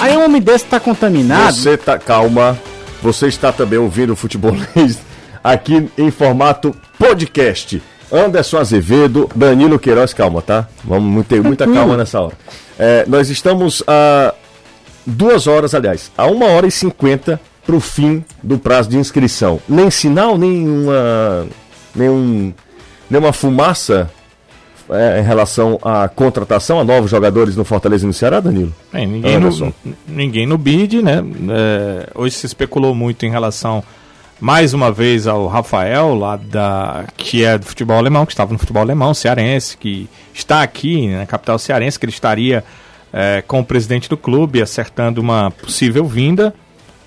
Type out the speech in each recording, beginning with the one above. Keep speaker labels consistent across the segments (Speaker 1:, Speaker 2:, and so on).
Speaker 1: Aí um homem desse tá contaminado.
Speaker 2: Você tá. Calma. Você está também ouvindo o futebolês aqui em formato podcast. Anderson Azevedo, Danilo Queiroz, calma, tá? Vamos ter muita calma nessa hora. É, nós estamos a duas horas, aliás, a uma hora e cinquenta para o fim do prazo de inscrição. Nem sinal, nenhuma, nenhum, nenhuma fumaça é, em relação à contratação a novos jogadores no Fortaleza e no Ceará, Danilo?
Speaker 3: Bem, É, ninguém,
Speaker 2: Anderson.
Speaker 3: no, n- ninguém no bid, né? É, hoje se especulou muito em relação, mais uma vez, ao Rafael, lá da, que é do futebol alemão, que estava no futebol alemão, cearense, que está aqui né, na capital cearense, que ele estaria é, com o presidente do clube acertando uma possível vinda.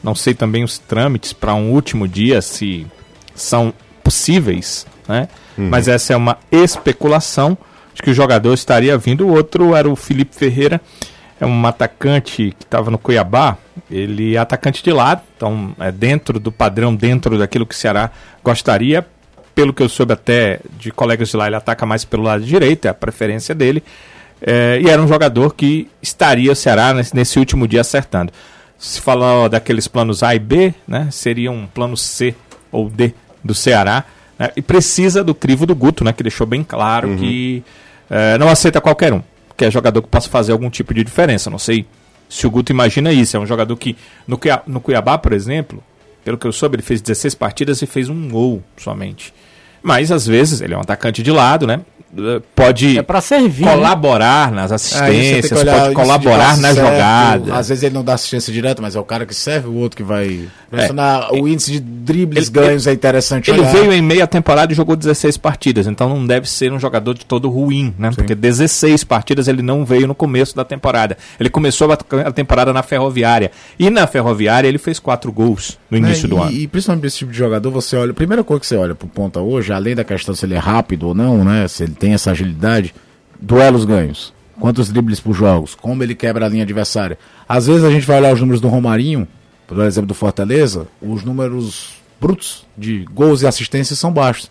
Speaker 3: Não sei também os trâmites para um último dia, se são possíveis, né? Mas essa é uma especulação de que o jogador estaria vindo. O outro era o Felipe Ferreira, é um atacante que estava no Cuiabá. Ele é atacante de lado, então é dentro do padrão, dentro daquilo que o Ceará gostaria. Pelo que eu soube até de colegas de lá, ele ataca mais pelo lado direito, é a preferência dele. É, e era um jogador que estaria o Ceará nesse, nesse último dia acertando. Se falar daqueles planos A e B, né, seria um plano C ou D do Ceará. né, e precisa do crivo do Guto, né, que deixou bem claro que é, não aceita qualquer um, que é jogador que possa fazer algum tipo de diferença. Não sei se o Guto imagina isso. É um jogador que, no, Cuia- no Cuiabá, por exemplo, pelo que eu soube, ele fez 16 partidas e fez um gol somente. Mas, às vezes, ele é um atacante de lado, né? eh, Pode
Speaker 1: É pra servir. né?
Speaker 3: colaborar nas
Speaker 4: Aí Ah, você tem que
Speaker 3: assistências,
Speaker 4: olhar isso
Speaker 3: pode
Speaker 4: de
Speaker 3: colaborar
Speaker 4: braço
Speaker 3: na
Speaker 4: certo.
Speaker 3: jogada.
Speaker 4: Às vezes ele não dá assistência direta, mas é o cara que serve, o outro que vai. pressionar. o índice de dribles
Speaker 3: É. ele-
Speaker 4: ganhos é interessante.
Speaker 3: Ele
Speaker 4: olhar.
Speaker 3: veio em meia temporada e jogou 16 partidas, então não deve ser um jogador de todo ruim, né? Porque 16 partidas ele não veio no começo da temporada. Ele começou a a temporada na Ferroviária. E na Ferroviária ele fez quatro gols no
Speaker 4: Né,
Speaker 3: início do
Speaker 4: e,
Speaker 3: ano.
Speaker 4: E principalmente pra esse tipo de jogador, você olha. A primeira coisa que você olha pro ponta hoje, além da questão se ele é rápido ou não, né? Se ele tem essa agilidade, duelos ganhos. Quantos dribles por jogos? Como ele quebra a linha adversária? Às vezes a gente vai olhar os números do Romarinho, por exemplo, do Fortaleza, os números brutos de gols e assistências são baixos.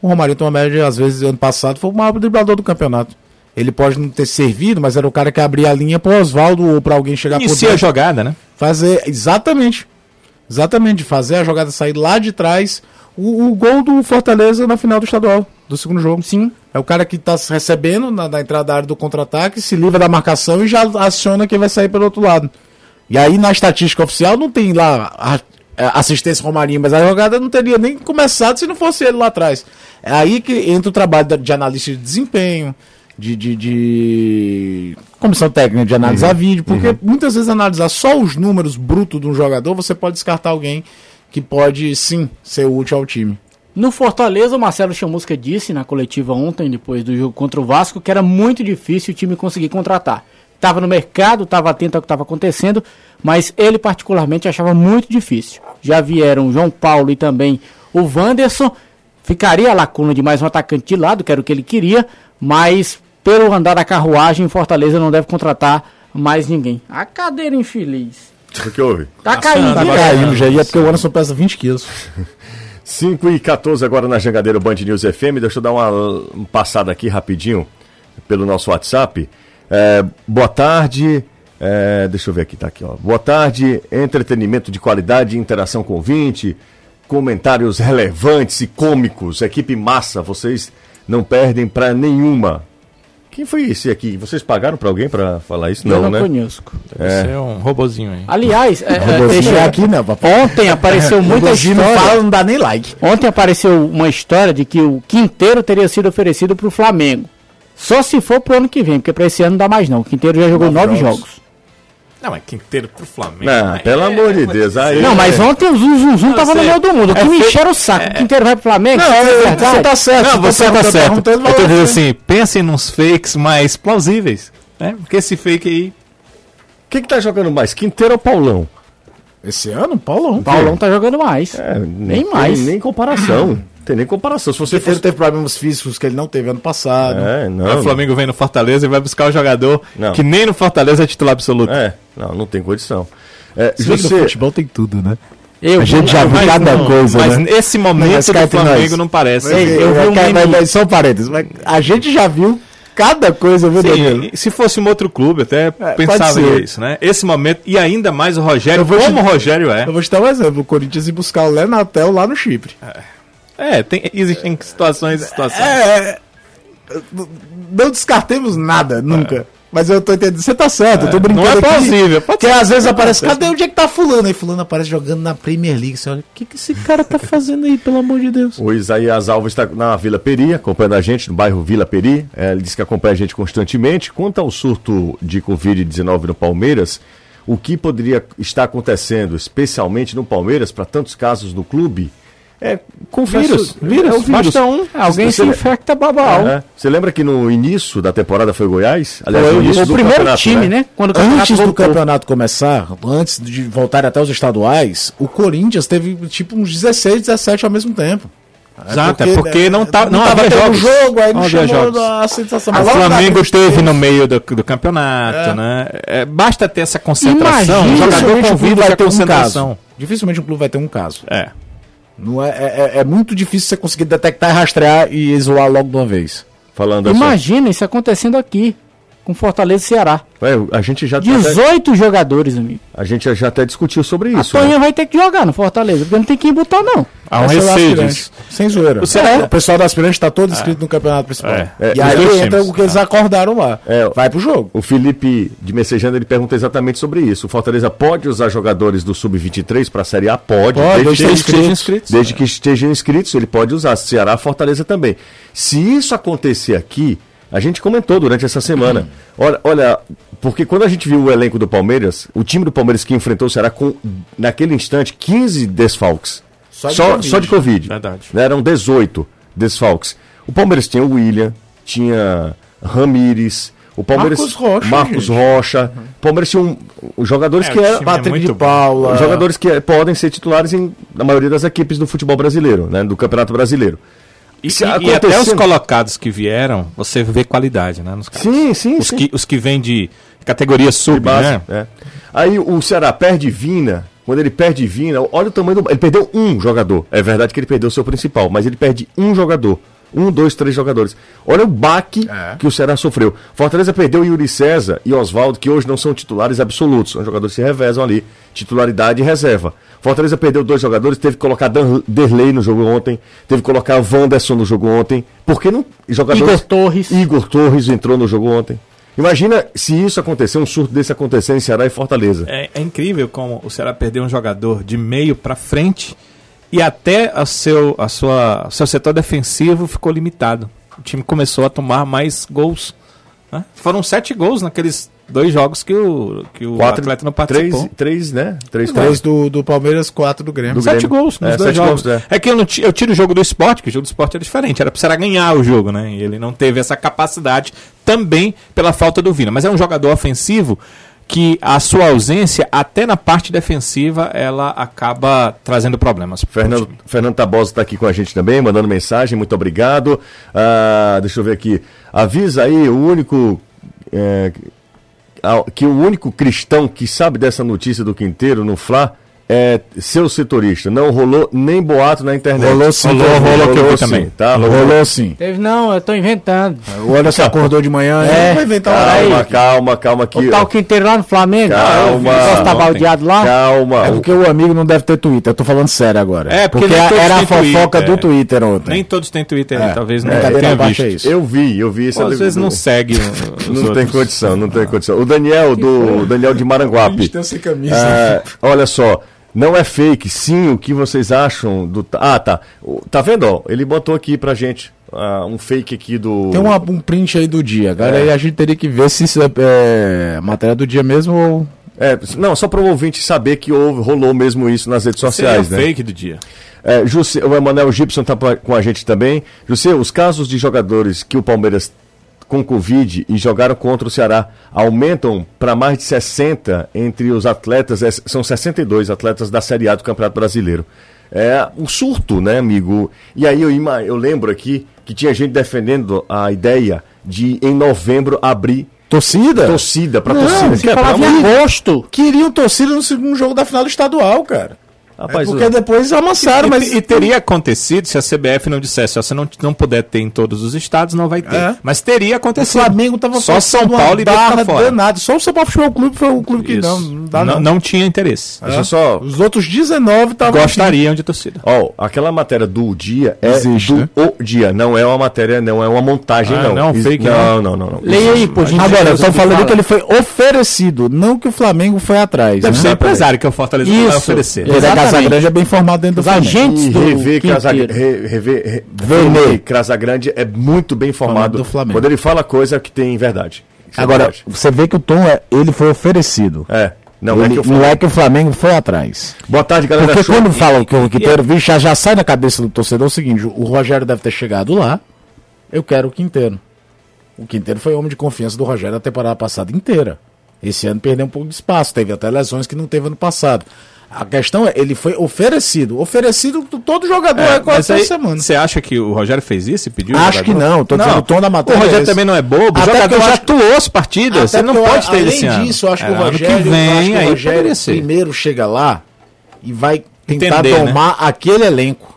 Speaker 4: O Romarinho tem uma média, às vezes, ano passado, foi o maior driblador do campeonato. Ele pode não ter servido, mas era o cara que abria a linha pro Oswaldo ou pra alguém chegar tá por
Speaker 3: Inicia a jogada, né?
Speaker 4: Fazer, exatamente. Exatamente, fazer a jogada sair lá de trás. O, o gol do Fortaleza na final do estadual, do segundo jogo. Sim. É o cara que tá se recebendo na, na entrada da área do contra-ataque, se livra da marcação e já aciona quem vai sair pelo outro lado. E aí na estatística oficial não tem lá a- a É, assistência Romarinho, mas a jogada não teria nem começado se não fosse ele lá atrás. É aí que entra o trabalho da- de analista de desempenho, de, de, de comissão técnica de analisar vídeo, porque muitas vezes analisar só os números brutos de um jogador, você pode descartar alguém que pode sim ser útil ao time.
Speaker 1: No Fortaleza, o Marcelo Chamusca disse na coletiva ontem, depois do jogo contra o Vasco, que era muito difícil o time conseguir contratar. Estava no mercado, estava atento ao que estava acontecendo, mas ele particularmente achava muito difícil. Já vieram o João Paulo e também o Wanderson. Ficaria a lacuna de mais um atacante de lado, que era o que ele queria, mas pelo andar da carruagem, o Fortaleza não deve contratar mais ninguém. A cadeira infeliz.
Speaker 2: O que houve?
Speaker 1: Tá caindo,
Speaker 3: Passando,
Speaker 1: né?
Speaker 4: Caindo já ia porque o Anderson pesa 20 quilos.
Speaker 2: 5 e 14 agora na Jangadeiro Band News FM. Deixa eu dar uma um, passada aqui rapidinho pelo nosso WhatsApp. É, boa tarde. é, deixa eu ver aqui, tá aqui, ó. Boa tarde, entretenimento de qualidade, interação com ouvinte, comentários relevantes e cômicos, equipe massa, vocês não perdem pra nenhuma. Quem foi esse aqui? Vocês pagaram pra alguém pra falar isso?
Speaker 1: Eu
Speaker 2: Não,
Speaker 1: não
Speaker 2: né?
Speaker 1: conheço.
Speaker 3: Esse é um robozinho aí.
Speaker 1: Aliás, é, é,
Speaker 4: Robozinho
Speaker 1: deixa-
Speaker 4: é aqui, né, papai?
Speaker 1: ontem apareceu muita
Speaker 4: Robozinho
Speaker 1: história.
Speaker 4: não dá nem like.
Speaker 1: Ontem apareceu uma história de que o Quinteiro teria sido oferecido para o Flamengo. Só se for pro ano que vem, porque para esse ano não dá mais não. O Quinteiro já jogou
Speaker 4: Nove
Speaker 1: nove
Speaker 4: jogos.
Speaker 1: jogos.
Speaker 3: Não, é quinteiro pro Flamengo.
Speaker 2: Não, Ah, pelo amor de Deus. Aí,
Speaker 4: É.
Speaker 1: Não, É, mas ontem o Zum Zum Zum tava no
Speaker 3: sei.
Speaker 1: meio do mundo. O que
Speaker 3: É
Speaker 1: me
Speaker 3: fe-
Speaker 1: encheram o saco. O Quinteiro vai pro Flamengo? Isso é verdade.
Speaker 4: Você tá certo.
Speaker 3: Não,
Speaker 4: eu tô
Speaker 3: você tá
Speaker 4: perguntando,
Speaker 3: certo.
Speaker 4: perguntando,
Speaker 3: Eu tô dizendo
Speaker 4: mas-
Speaker 3: assim, pensem nos fakes mais plausíveis, né? Porque esse fake aí...
Speaker 2: Quem que tá jogando mais? Quinteiro ou Paulão?
Speaker 4: Esse ano, Paulão.
Speaker 1: O Paulão tá jogando mais.
Speaker 2: É,
Speaker 1: nem
Speaker 2: não
Speaker 1: mais.
Speaker 2: Tem nem comparação. Não tem nem comparação. Se você
Speaker 4: Ele
Speaker 2: fosse.
Speaker 4: teve problemas físicos que ele não teve ano passado.
Speaker 2: É,
Speaker 3: Aí
Speaker 2: não.
Speaker 3: o Flamengo vem no Fortaleza e vai buscar o jogador
Speaker 2: Não.
Speaker 3: que nem no Fortaleza é titular absoluto.
Speaker 2: É, não, não tem condição. É,
Speaker 4: Se bem que no
Speaker 2: José,
Speaker 4: futebol tem tudo, né?
Speaker 1: Eu, um.
Speaker 4: A gente já viu
Speaker 3: Mas
Speaker 4: cada
Speaker 3: não,
Speaker 4: coisa,
Speaker 3: mas
Speaker 4: né?
Speaker 3: nesse
Speaker 4: Mas
Speaker 3: momento
Speaker 4: cá
Speaker 3: do
Speaker 4: entre nós.
Speaker 3: Flamengo não parece.
Speaker 4: Ei,
Speaker 1: eu vi um meme-
Speaker 4: quero- mas- mas Só um parênteses, mas a gente já viu Cada coisa, viu, Danilo?
Speaker 3: Sim, se fosse um outro clube, até
Speaker 4: É, pode
Speaker 3: pensava
Speaker 4: ser.
Speaker 3: nisso, né? Esse momento, e ainda mais o Rogério,
Speaker 4: Eu vou te-
Speaker 3: como o Rogério é.
Speaker 4: Eu vou te dar um exemplo. O Corinthians ia buscar o Lenatel lá no Chipre.
Speaker 3: É, tem, existem situações e situações.
Speaker 4: É. Não descartemos nada, nunca. Mas eu tô entendendo. Você tá certo, eu tô brincando.
Speaker 3: Não é
Speaker 4: aqui.
Speaker 3: plausível, pode
Speaker 4: Porque às vezes aparece, cadê onde é que tá fulano? Aí fulano aparece jogando na Premier League. Você olha, o que, que esse cara tá fazendo aí, pelo amor de Deus?
Speaker 2: O Isaías Alves está na Vila Peri, acompanhando a gente, no bairro Vila Peri. É, ele disse que acompanha a gente constantemente. Quanto ao surto de Covid-19 no Palmeiras, o que poderia estar acontecendo, especialmente no Palmeiras, para tantos casos no clube, é com
Speaker 1: Vírus, vírus,
Speaker 2: é o vírus.
Speaker 1: basta um, alguém
Speaker 2: Você-
Speaker 1: se infecta babau.
Speaker 2: É. Você lembra que no início da temporada foi Goiás? Aliás,
Speaker 1: Foi
Speaker 2: no início
Speaker 1: o
Speaker 2: do
Speaker 1: primeiro
Speaker 2: campeonato,
Speaker 1: time, né? Quando o
Speaker 4: Antes do
Speaker 1: voltou.
Speaker 4: campeonato começar, antes de voltar até os estaduais, o Corinthians teve tipo uns 16, 17 ao mesmo tempo.
Speaker 3: Exato, é porque não, tá, não,
Speaker 4: tava
Speaker 3: havia
Speaker 4: tendo
Speaker 1: um
Speaker 3: jogos.
Speaker 4: jogo, aí não,
Speaker 3: Não
Speaker 1: é
Speaker 3: havia
Speaker 4: chamou
Speaker 3: jogos.
Speaker 4: a sensação.
Speaker 3: O
Speaker 4: Mas logo na
Speaker 3: Flamengo
Speaker 4: frente
Speaker 3: esteve
Speaker 4: teve.
Speaker 3: no meio do, do campeonato, né? É, basta ter essa concentração.
Speaker 1: Imagina
Speaker 3: o
Speaker 4: Dificilmente
Speaker 3: jogador
Speaker 4: um clube
Speaker 3: convida
Speaker 4: vai
Speaker 3: a
Speaker 4: ter um
Speaker 3: concentração.
Speaker 4: caso. Dificilmente um clube vai ter um caso.
Speaker 3: é.
Speaker 4: Não é, é, é- é muito difícil você conseguir detectar, rastrear e isolar logo de uma vez.
Speaker 2: Falando assim.
Speaker 1: Imagina isso acontecendo aqui, com Fortaleza e Ceará.
Speaker 2: É, a gente já
Speaker 1: 18 jogadores, amigo.
Speaker 2: A gente já até discutiu sobre isso.
Speaker 1: a
Speaker 2: né?
Speaker 1: Tonha vai ter que jogar no Fortaleza, porque não tem quem botar, não.
Speaker 3: Há um
Speaker 4: Essa é o
Speaker 3: receio
Speaker 4: aspirante.
Speaker 3: disso.
Speaker 4: Sem zoeira.
Speaker 3: O Ceará-
Speaker 4: É, O pessoal do aspirante está todo inscrito no campeonato principal.
Speaker 3: É.
Speaker 2: É,
Speaker 4: E
Speaker 2: os
Speaker 4: aí
Speaker 3: dois
Speaker 4: entra
Speaker 3: times.
Speaker 4: o que eles acordaram lá.
Speaker 2: É,
Speaker 4: Vai pro jogo.
Speaker 2: O Felipe de Messejana ele pergunta exatamente sobre isso. O Fortaleza pode usar jogadores do sub-23 para a Série A? Pode, desde, que
Speaker 4: Pode, desde que estejam
Speaker 2: estejam
Speaker 4: inscritos.
Speaker 2: desde que estejam inscritos, ele pode usar. Ceará, Fortaleza também. Se isso acontecer aqui, a gente comentou durante essa semana.
Speaker 4: Uhum.
Speaker 2: Olha, olha, porque quando a gente viu o elenco do Palmeiras, o time do Palmeiras que enfrentou o Ceará com, naquele instante, 15 desfalques. Só
Speaker 4: de
Speaker 2: só,
Speaker 4: Covid.
Speaker 2: de Covid.
Speaker 3: Verdade.
Speaker 2: Né, Eram 18 desfalques. O Palmeiras tinha o William, tinha Ramires, o Palmeiras.
Speaker 4: Marcos Rocha,
Speaker 2: Marcos
Speaker 4: gente.
Speaker 2: Rocha. Palmeiras tinha um- os jogadores
Speaker 3: É,
Speaker 2: que é,
Speaker 3: o time é
Speaker 4: Patrick
Speaker 3: muito
Speaker 4: de
Speaker 3: bom.
Speaker 4: Paula.
Speaker 2: os jogadores que é- podem ser titulares em, na maioria das equipes do futebol brasileiro, né? Do Campeonato Brasileiro.
Speaker 3: E,
Speaker 2: Se
Speaker 3: e- e até
Speaker 2: acontecendo-
Speaker 3: os colocados que vieram, você vê qualidade, né? Nos caras.
Speaker 2: Sim, sim,
Speaker 3: Os
Speaker 2: sim.
Speaker 3: que, os que vêm de categoria sub,
Speaker 2: de base.
Speaker 3: né?
Speaker 2: é. Aí o Ceará perde Vina. Quando ele perde Vina, olha o tamanho do. Ele perdeu um jogador. É verdade que ele perdeu o seu principal, mas ele perde um jogador. Um, dois, três jogadores. Olha o baque
Speaker 4: É.
Speaker 2: que o Ceará sofreu. Fortaleza perdeu Yuri César e Oswaldo, que hoje não são titulares absolutos. São jogadores que se revezam ali. Titularidade e reserva. Fortaleza perdeu dois jogadores, teve que colocar Dan- Derlei no jogo ontem, teve que colocar Wanderson no jogo ontem. Porque não. Jogadores...
Speaker 1: Igor Torres.
Speaker 2: Igor Torres entrou no jogo ontem. Imagina se isso acontecer, um surto desse acontecer em Ceará e Fortaleza.
Speaker 3: É, é incrível como o Ceará perdeu um jogador de meio pra frente e até a seu, a sua, seu setor defensivo ficou limitado. O time começou a tomar mais gols. né? Foram sete gols naqueles dois jogos que o, que o atleta não participou.
Speaker 2: Três, três né? Três, três.
Speaker 4: Três do, do Palmeiras, quatro do Grêmio.
Speaker 2: Do
Speaker 3: Sete
Speaker 2: Grêmio.
Speaker 3: gols nos
Speaker 2: É,
Speaker 3: dois
Speaker 2: sete
Speaker 3: jogos.
Speaker 2: gols,
Speaker 3: é. que eu, não ti- eu tiro o jogo do esporte, que o jogo do esporte era diferente. Era pra Ceará ganhar o jogo, né? E ele não teve essa capacidade também pela falta do Vina. Mas é um jogador ofensivo que a sua ausência, até na parte defensiva, ela acaba trazendo problemas. pro
Speaker 2: Fernando,
Speaker 3: time.
Speaker 2: Fernando Tabosa está aqui com a gente também, mandando mensagem, muito obrigado. Ah, deixa eu ver aqui. Avisa aí o único. é, ao- que o único cristão que sabe dessa notícia do Quinteiro no Fla é seu setorista. Não rolou nem boato na internet.
Speaker 4: Rolou sim,
Speaker 2: rolou,
Speaker 4: rolou,
Speaker 2: rolou,
Speaker 3: rolou que eu vi
Speaker 2: sim,
Speaker 3: também.
Speaker 2: Tá?
Speaker 4: Rolou sim.
Speaker 1: Teve, não, eu tô inventando.
Speaker 4: O Anderson acordou de manhã.
Speaker 1: É.
Speaker 4: ele vai inventar um uma
Speaker 2: Calma,
Speaker 4: hora
Speaker 2: calma, calma,
Speaker 1: Tá o
Speaker 2: que.
Speaker 1: tal Quinteiro lá no Flamengo.
Speaker 2: Calma.
Speaker 1: O negócio tá
Speaker 3: Ontem.
Speaker 1: baldeado
Speaker 3: Ah,
Speaker 1: lá.
Speaker 2: Calma.
Speaker 4: É porque o amigo não deve ter Twitter, eu tô falando sério agora.
Speaker 3: É, porque
Speaker 4: porque,
Speaker 3: nem todos
Speaker 4: era a
Speaker 3: têm
Speaker 4: fofoca
Speaker 3: Twitter,
Speaker 4: do
Speaker 3: é.
Speaker 4: Twitter ontem.
Speaker 3: Nem todos têm Twitter,
Speaker 4: É,
Speaker 3: talvez não
Speaker 4: brincadeira
Speaker 3: tenha
Speaker 4: abaixo
Speaker 3: visto.
Speaker 4: é isso.
Speaker 2: Eu vi, eu vi essa
Speaker 3: Às vezes não segue. os
Speaker 2: Não tem
Speaker 3: outros. Ah.
Speaker 2: condição, não tem condição. O Daniel, do Daniel de Maranguape.
Speaker 3: um
Speaker 4: sem camisa.
Speaker 2: É, olha só, não é fake, sim, o que vocês acham do. Ah, tá. O- Tá vendo? ó? ele botou aqui pra gente ah, um fake aqui do.
Speaker 4: Tem uma- um print aí do dia, cara.
Speaker 2: É.
Speaker 4: Aí a gente teria que ver se isso é, é matéria do dia mesmo ou.
Speaker 2: É, não, só para o ouvinte saber que houve, rolou mesmo isso nas redes
Speaker 3: Seria
Speaker 2: sociais, né?
Speaker 3: fake do dia.
Speaker 2: É, Jussi- o Emanuel Gibson está com a gente também. José, os casos de jogadores que o Palmeiras com Covid e jogaram contra o Ceará aumentam para mais de 60 entre os atletas, é, são 62 atletas da Série A do Campeonato Brasileiro. É um surto, né, amigo? E aí eu, ima- eu lembro aqui que tinha gente defendendo a ideia de, em novembro, abrir
Speaker 4: Torcida?
Speaker 2: torcida para
Speaker 4: Não,
Speaker 2: torcida.
Speaker 4: se
Speaker 2: Que é,
Speaker 1: Falava
Speaker 2: pelo
Speaker 1: em
Speaker 2: amor de
Speaker 1: agosto.
Speaker 4: Queriam torcida no segundo jogo da final do estadual, cara. É,
Speaker 2: Rapaz,
Speaker 4: porque depois amassaram,
Speaker 3: E-
Speaker 4: mas.
Speaker 3: e, teria acontecido se a CBF não dissesse, ó, se não, não puder ter em todos os estados, não vai ter.
Speaker 4: É.
Speaker 3: Mas teria
Speaker 4: O
Speaker 3: acontecido.
Speaker 4: Flamengo tava
Speaker 3: Só
Speaker 4: fazendo
Speaker 3: São
Speaker 4: uma
Speaker 3: Paulo iria ficar
Speaker 4: barra
Speaker 3: fora.
Speaker 4: danada. Só o São Paulo Futebol Clube foi o clube que
Speaker 3: Isso.
Speaker 4: não, não dá
Speaker 3: não,
Speaker 4: não. É.
Speaker 3: não tinha interesse.
Speaker 2: deixa eu só.
Speaker 4: Os outros 19 estavam.
Speaker 3: Gostariam de torcida.
Speaker 2: Ó, aquela matéria do dia é
Speaker 4: Existe,
Speaker 2: do
Speaker 4: né?
Speaker 2: o dia, não é uma matéria, não é uma montagem,
Speaker 3: Ah,
Speaker 2: não.
Speaker 3: não,
Speaker 2: Isso-
Speaker 3: fake,
Speaker 2: não, não, não, não.
Speaker 1: Leia aí, pô, gente.
Speaker 4: Agora, eu
Speaker 1: Deus,
Speaker 4: tô
Speaker 1: o que
Speaker 4: falando
Speaker 1: fala.
Speaker 4: que ele foi oferecido, não que o Flamengo foi atrás.
Speaker 3: Deve
Speaker 4: né?
Speaker 3: ser é empresário que o Fortaleza vai
Speaker 1: Isso.
Speaker 3: oferecer.
Speaker 4: Ele é
Speaker 1: Exatamente.
Speaker 4: Casagrande é bem formado dentro do
Speaker 1: Os
Speaker 4: Flamengo.
Speaker 1: agentes
Speaker 2: E
Speaker 1: do
Speaker 2: rever Casagrande,
Speaker 1: Quinteiro.
Speaker 2: re, rever re,
Speaker 4: Vermelho.
Speaker 2: Vermelho Casagrande é muito bem informado.
Speaker 4: do Flamengo.
Speaker 2: Quando ele fala coisa que tem verdade. Isso é
Speaker 4: Agora,
Speaker 2: verdade.
Speaker 4: você vê que o Tom, é, ele foi oferecido.
Speaker 2: é, não
Speaker 4: Ele-
Speaker 2: é que eu falo.
Speaker 4: o Flamengo foi atrás.
Speaker 2: Boa tarde, galera.
Speaker 4: Porque
Speaker 2: Show.
Speaker 4: quando falam que o Quinteiro viu, já, já sai na cabeça do torcedor o seguinte: o Rogério deve ter chegado lá, eu quero o Quinteiro. O Quinteiro foi homem de confiança do Rogério a temporada passada inteira. Esse ano perdeu um pouco de espaço, teve até lesões que não teve ano passado. A questão é, ele foi oferecido. Oferecido todo jogador é, quase toda semana.
Speaker 3: Você acha que o Rogério fez isso e pediu? o
Speaker 4: Acho
Speaker 3: jogador?
Speaker 4: que não, tô dizendo o tom da matéria.
Speaker 3: O Rogério
Speaker 4: é esse.
Speaker 3: também não é bobo,
Speaker 4: Até
Speaker 3: o
Speaker 4: porque eu
Speaker 3: jogador já
Speaker 4: acho-
Speaker 3: atuou as partidas,
Speaker 4: Até
Speaker 3: você não
Speaker 4: porque eu-
Speaker 3: pode ter
Speaker 4: além
Speaker 3: esse ano.
Speaker 4: disso, eu acho que
Speaker 3: É,
Speaker 4: o
Speaker 3: ano
Speaker 4: Rogério,
Speaker 3: que
Speaker 4: eu acho
Speaker 3: vem,
Speaker 4: que o
Speaker 3: aí
Speaker 4: Rogério
Speaker 3: poderia ser.
Speaker 4: primeiro chega lá e vai tentar
Speaker 3: Entender, né?
Speaker 4: tomar aquele elenco.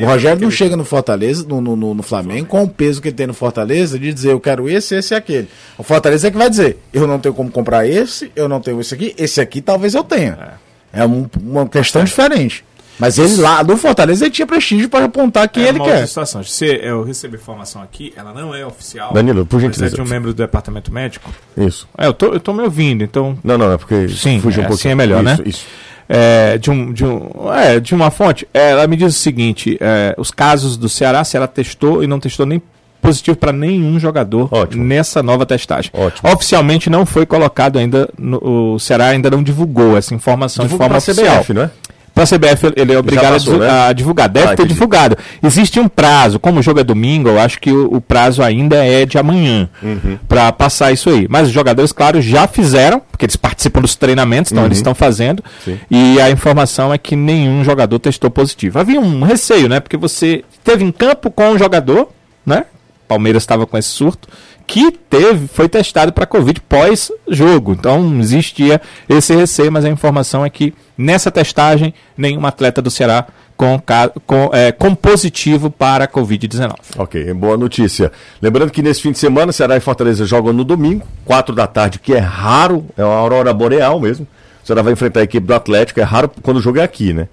Speaker 4: o Rogério não chega no Fortaleza, no, no, no- no Flamengo, com o peso que ele tem no Fortaleza, de dizer eu quero esse, esse e aquele. O Fortaleza é que vai dizer, eu não tenho como comprar esse, eu não tenho esse aqui, esse aqui talvez eu tenha. É, um- uma questão diferente. Mas ele lá, no Fortaleza, ele tinha prestígio para apontar quem
Speaker 3: é
Speaker 4: ele
Speaker 3: uma outra
Speaker 4: quer.
Speaker 3: situação. Se eu receber informação aqui, ela não é oficial.
Speaker 2: Danilo, por
Speaker 3: mas é
Speaker 2: gentileza.
Speaker 3: de um membro do departamento médico.
Speaker 2: Isso.
Speaker 3: É, eu tô, eu tô me ouvindo, então.
Speaker 2: Não, não, é porque
Speaker 3: Sim,
Speaker 2: fugiu
Speaker 3: é,
Speaker 2: um pouquinho.
Speaker 3: assim é melhor, né?
Speaker 2: Isso, isso.
Speaker 3: É, de, um, de, um, é, de uma fonte, é, ela me diz o seguinte: é, os casos do Ceará, se ela testou e não testou nem positivo para nenhum jogador
Speaker 2: Ótimo.
Speaker 3: nessa nova testagem.
Speaker 2: Ótimo.
Speaker 3: Oficialmente não foi colocado ainda, no- o Ceará ainda não divulgou essa informação
Speaker 2: Divulga pra
Speaker 3: Então, de forma oficial.
Speaker 2: CBF, não é?
Speaker 3: Para a CBF, ele é obrigado
Speaker 2: passou,
Speaker 3: a, divu-
Speaker 2: né?
Speaker 3: a divulgar. Deve
Speaker 2: Ah,
Speaker 3: ter
Speaker 2: entendi.
Speaker 3: divulgado. Existe um prazo. Como o jogo é domingo, eu acho que o, o prazo ainda é de amanhã
Speaker 2: Uhum.
Speaker 3: para passar isso aí. Mas os jogadores, claro, já fizeram, porque eles participam dos treinamentos,
Speaker 2: Uhum.
Speaker 3: então eles estão fazendo. E a informação é que nenhum jogador testou positivo. Havia um receio, né? Porque você teve em campo com um jogador, né? Palmeiras estava com esse surto, que teve, foi testado para Covid pós-jogo. Então existia esse receio, mas a informação é que nessa testagem nenhum atleta do Ceará com, ca- com, é, com positivo para Covid-19.
Speaker 2: Ok, boa notícia. Lembrando que nesse fim de semana, Ceará e Fortaleza jogam no domingo, 4 da tarde, que é raro, é uma aurora boreal mesmo. O Ceará vai enfrentar a equipe do Atlético, é raro quando o jogo é aqui, né?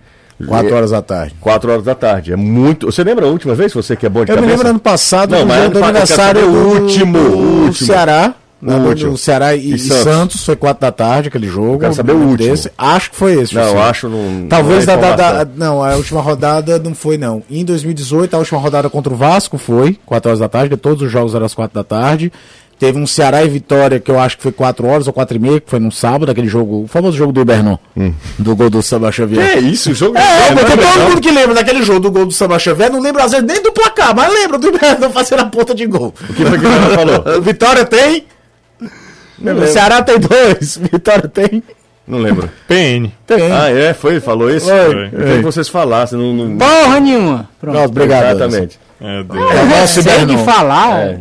Speaker 4: Quatro horas da tarde.
Speaker 2: 4 horas da tarde. É muito. Você lembra a última vez? Você que é bom de
Speaker 4: Eu me
Speaker 2: cabeça?
Speaker 4: lembro ano passado
Speaker 2: Não,
Speaker 4: do
Speaker 2: mas
Speaker 4: jogo
Speaker 2: ano pa-
Speaker 4: do
Speaker 2: eu quero
Speaker 4: aniversário
Speaker 2: saber o
Speaker 4: do-
Speaker 2: último, o
Speaker 4: do
Speaker 2: último. é
Speaker 4: Ceará. né, do-
Speaker 2: último.
Speaker 4: do Ceará e,
Speaker 2: E
Speaker 4: e
Speaker 2: Santos.
Speaker 4: Santos. foi quatro da tarde aquele jogo.
Speaker 2: quero saber o
Speaker 4: Um
Speaker 2: último.
Speaker 4: Acho que foi esse.
Speaker 2: Não,
Speaker 4: assim.
Speaker 2: acho não-
Speaker 4: Talvez
Speaker 2: não é
Speaker 4: da- da- da-
Speaker 2: informação.
Speaker 4: Não, a última rodada não foi, não. Em 2018, a última rodada contra o Vasco foi, quatro horas da tarde, porque todos os jogos eram às quatro da tarde. Teve um Ceará e Vitória, que eu acho que foi quatro horas ou quatro e meia, que foi num sábado, aquele jogo, o famoso jogo do Ibernon, do gol do Sebastião Xavier.
Speaker 2: É Hum. isso, o jogo
Speaker 4: É,
Speaker 2: não
Speaker 4: porque
Speaker 2: lembra,
Speaker 4: todo
Speaker 2: não.
Speaker 4: mundo que lembra daquele jogo do gol do Samba Xavier não lembra às vezes nem do placar, mas lembra do Iberdão fazendo a ponta de gol.
Speaker 2: O que foi que o cara falou?
Speaker 4: Vitória tem.
Speaker 2: lembro.
Speaker 4: O Ceará tem dois. Vitória tem.
Speaker 2: Não lembro.
Speaker 3: PN.
Speaker 4: Tem.
Speaker 2: Ah, é? Foi? Falou isso?
Speaker 4: Foi.
Speaker 2: Eu queria que vocês falassem. Não, não...
Speaker 1: Porra nenhuma. Pronto.
Speaker 4: Nossa, obrigado.
Speaker 2: Exatamente.
Speaker 4: Abraço,
Speaker 1: Sem de
Speaker 4: Ibernon.
Speaker 1: falar. ó.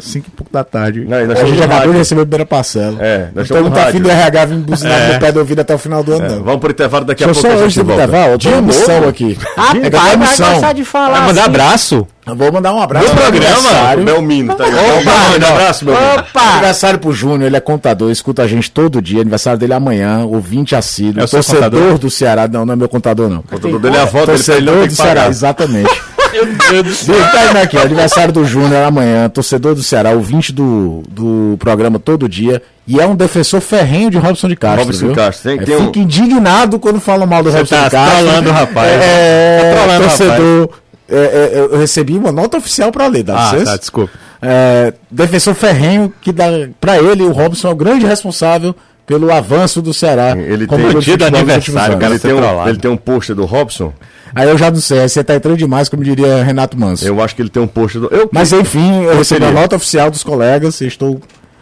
Speaker 4: Cinco e pouco da tarde.
Speaker 2: Não, e nós
Speaker 4: a gente
Speaker 2: estamos no
Speaker 4: acabou
Speaker 2: rádio.
Speaker 4: de receber a primeira parcela.
Speaker 2: É, nós estamos
Speaker 4: então não
Speaker 2: no
Speaker 4: tá
Speaker 2: rádio.
Speaker 4: afim do RH vir buzinar no meu pé do ouvido até o final do ano,
Speaker 2: É,
Speaker 4: não.
Speaker 2: vamos pro intervalo daqui a
Speaker 4: Deixa eu
Speaker 2: pouco.
Speaker 4: só
Speaker 2: a
Speaker 4: hoje
Speaker 2: gente
Speaker 4: do
Speaker 2: volta.
Speaker 4: intervalo, eu tenho uma
Speaker 2: De
Speaker 4: missão
Speaker 2: novo?
Speaker 4: aqui.
Speaker 1: Rapaz,
Speaker 4: É Eu tenho uma
Speaker 1: vai
Speaker 4: missão.
Speaker 1: gostar de falar.
Speaker 3: Vai mandar
Speaker 1: assim.
Speaker 3: abraço?
Speaker 4: Eu Vou mandar um abraço.
Speaker 2: No
Speaker 4: pro
Speaker 2: programa?
Speaker 4: aniversário.
Speaker 2: Belmino, tá aí. Belmino, abraço, Belmino.
Speaker 1: Opa!
Speaker 4: Aniversário pro Júnior, ele é contador, escuta a gente todo dia. Aniversário dele é amanhã, ouvinte assíduo,
Speaker 3: É o seu
Speaker 4: torcedor
Speaker 3: contador?
Speaker 4: do Ceará. Não, não é meu contador, não.
Speaker 2: O contador dele é a volta, ele, pra ele não
Speaker 4: Torcedor
Speaker 2: tem
Speaker 4: do
Speaker 2: que
Speaker 4: Ceará,
Speaker 2: pagar.
Speaker 4: exatamente.
Speaker 3: Meu Deus.
Speaker 4: Ele tá indo aqui, ó, aniversário do Júnior amanhã, torcedor do Ceará, ouvinte do, do programa todo dia. E é um defensor ferrenho de Robson de Castro.
Speaker 2: Robson
Speaker 4: viu?
Speaker 2: Castro, tem-
Speaker 4: É,
Speaker 2: tem um-
Speaker 4: Fica indignado quando falam mal do Robson
Speaker 2: tá
Speaker 4: de Castro.
Speaker 2: trolando o rapaz.
Speaker 4: É,
Speaker 2: Tá trolando o
Speaker 4: torcedor. é, é, eu recebi uma nota oficial pra ler, dá
Speaker 3: Ah,
Speaker 4: licença?
Speaker 3: tá, desculpa.
Speaker 4: É, defensor ferrenho, que dá pra ele, o Robson é o grande responsável pelo avanço do Ceará.
Speaker 2: Ele
Speaker 4: como
Speaker 2: tem-
Speaker 4: clube de
Speaker 3: Dia do
Speaker 4: futebol nos
Speaker 3: aniversário,
Speaker 4: últimos
Speaker 3: cara.
Speaker 4: anos.
Speaker 2: Ele tem, um,
Speaker 3: trollado.
Speaker 2: ele tem um pôster do Robson.
Speaker 4: Aí eu já não sei, aí você tá entrando demais, como diria Renato Manso.
Speaker 2: Eu acho que ele tem um pôster do. Eu,
Speaker 4: Mas enfim, eu recebi a
Speaker 2: seria?
Speaker 4: nota oficial dos colegas, eu estou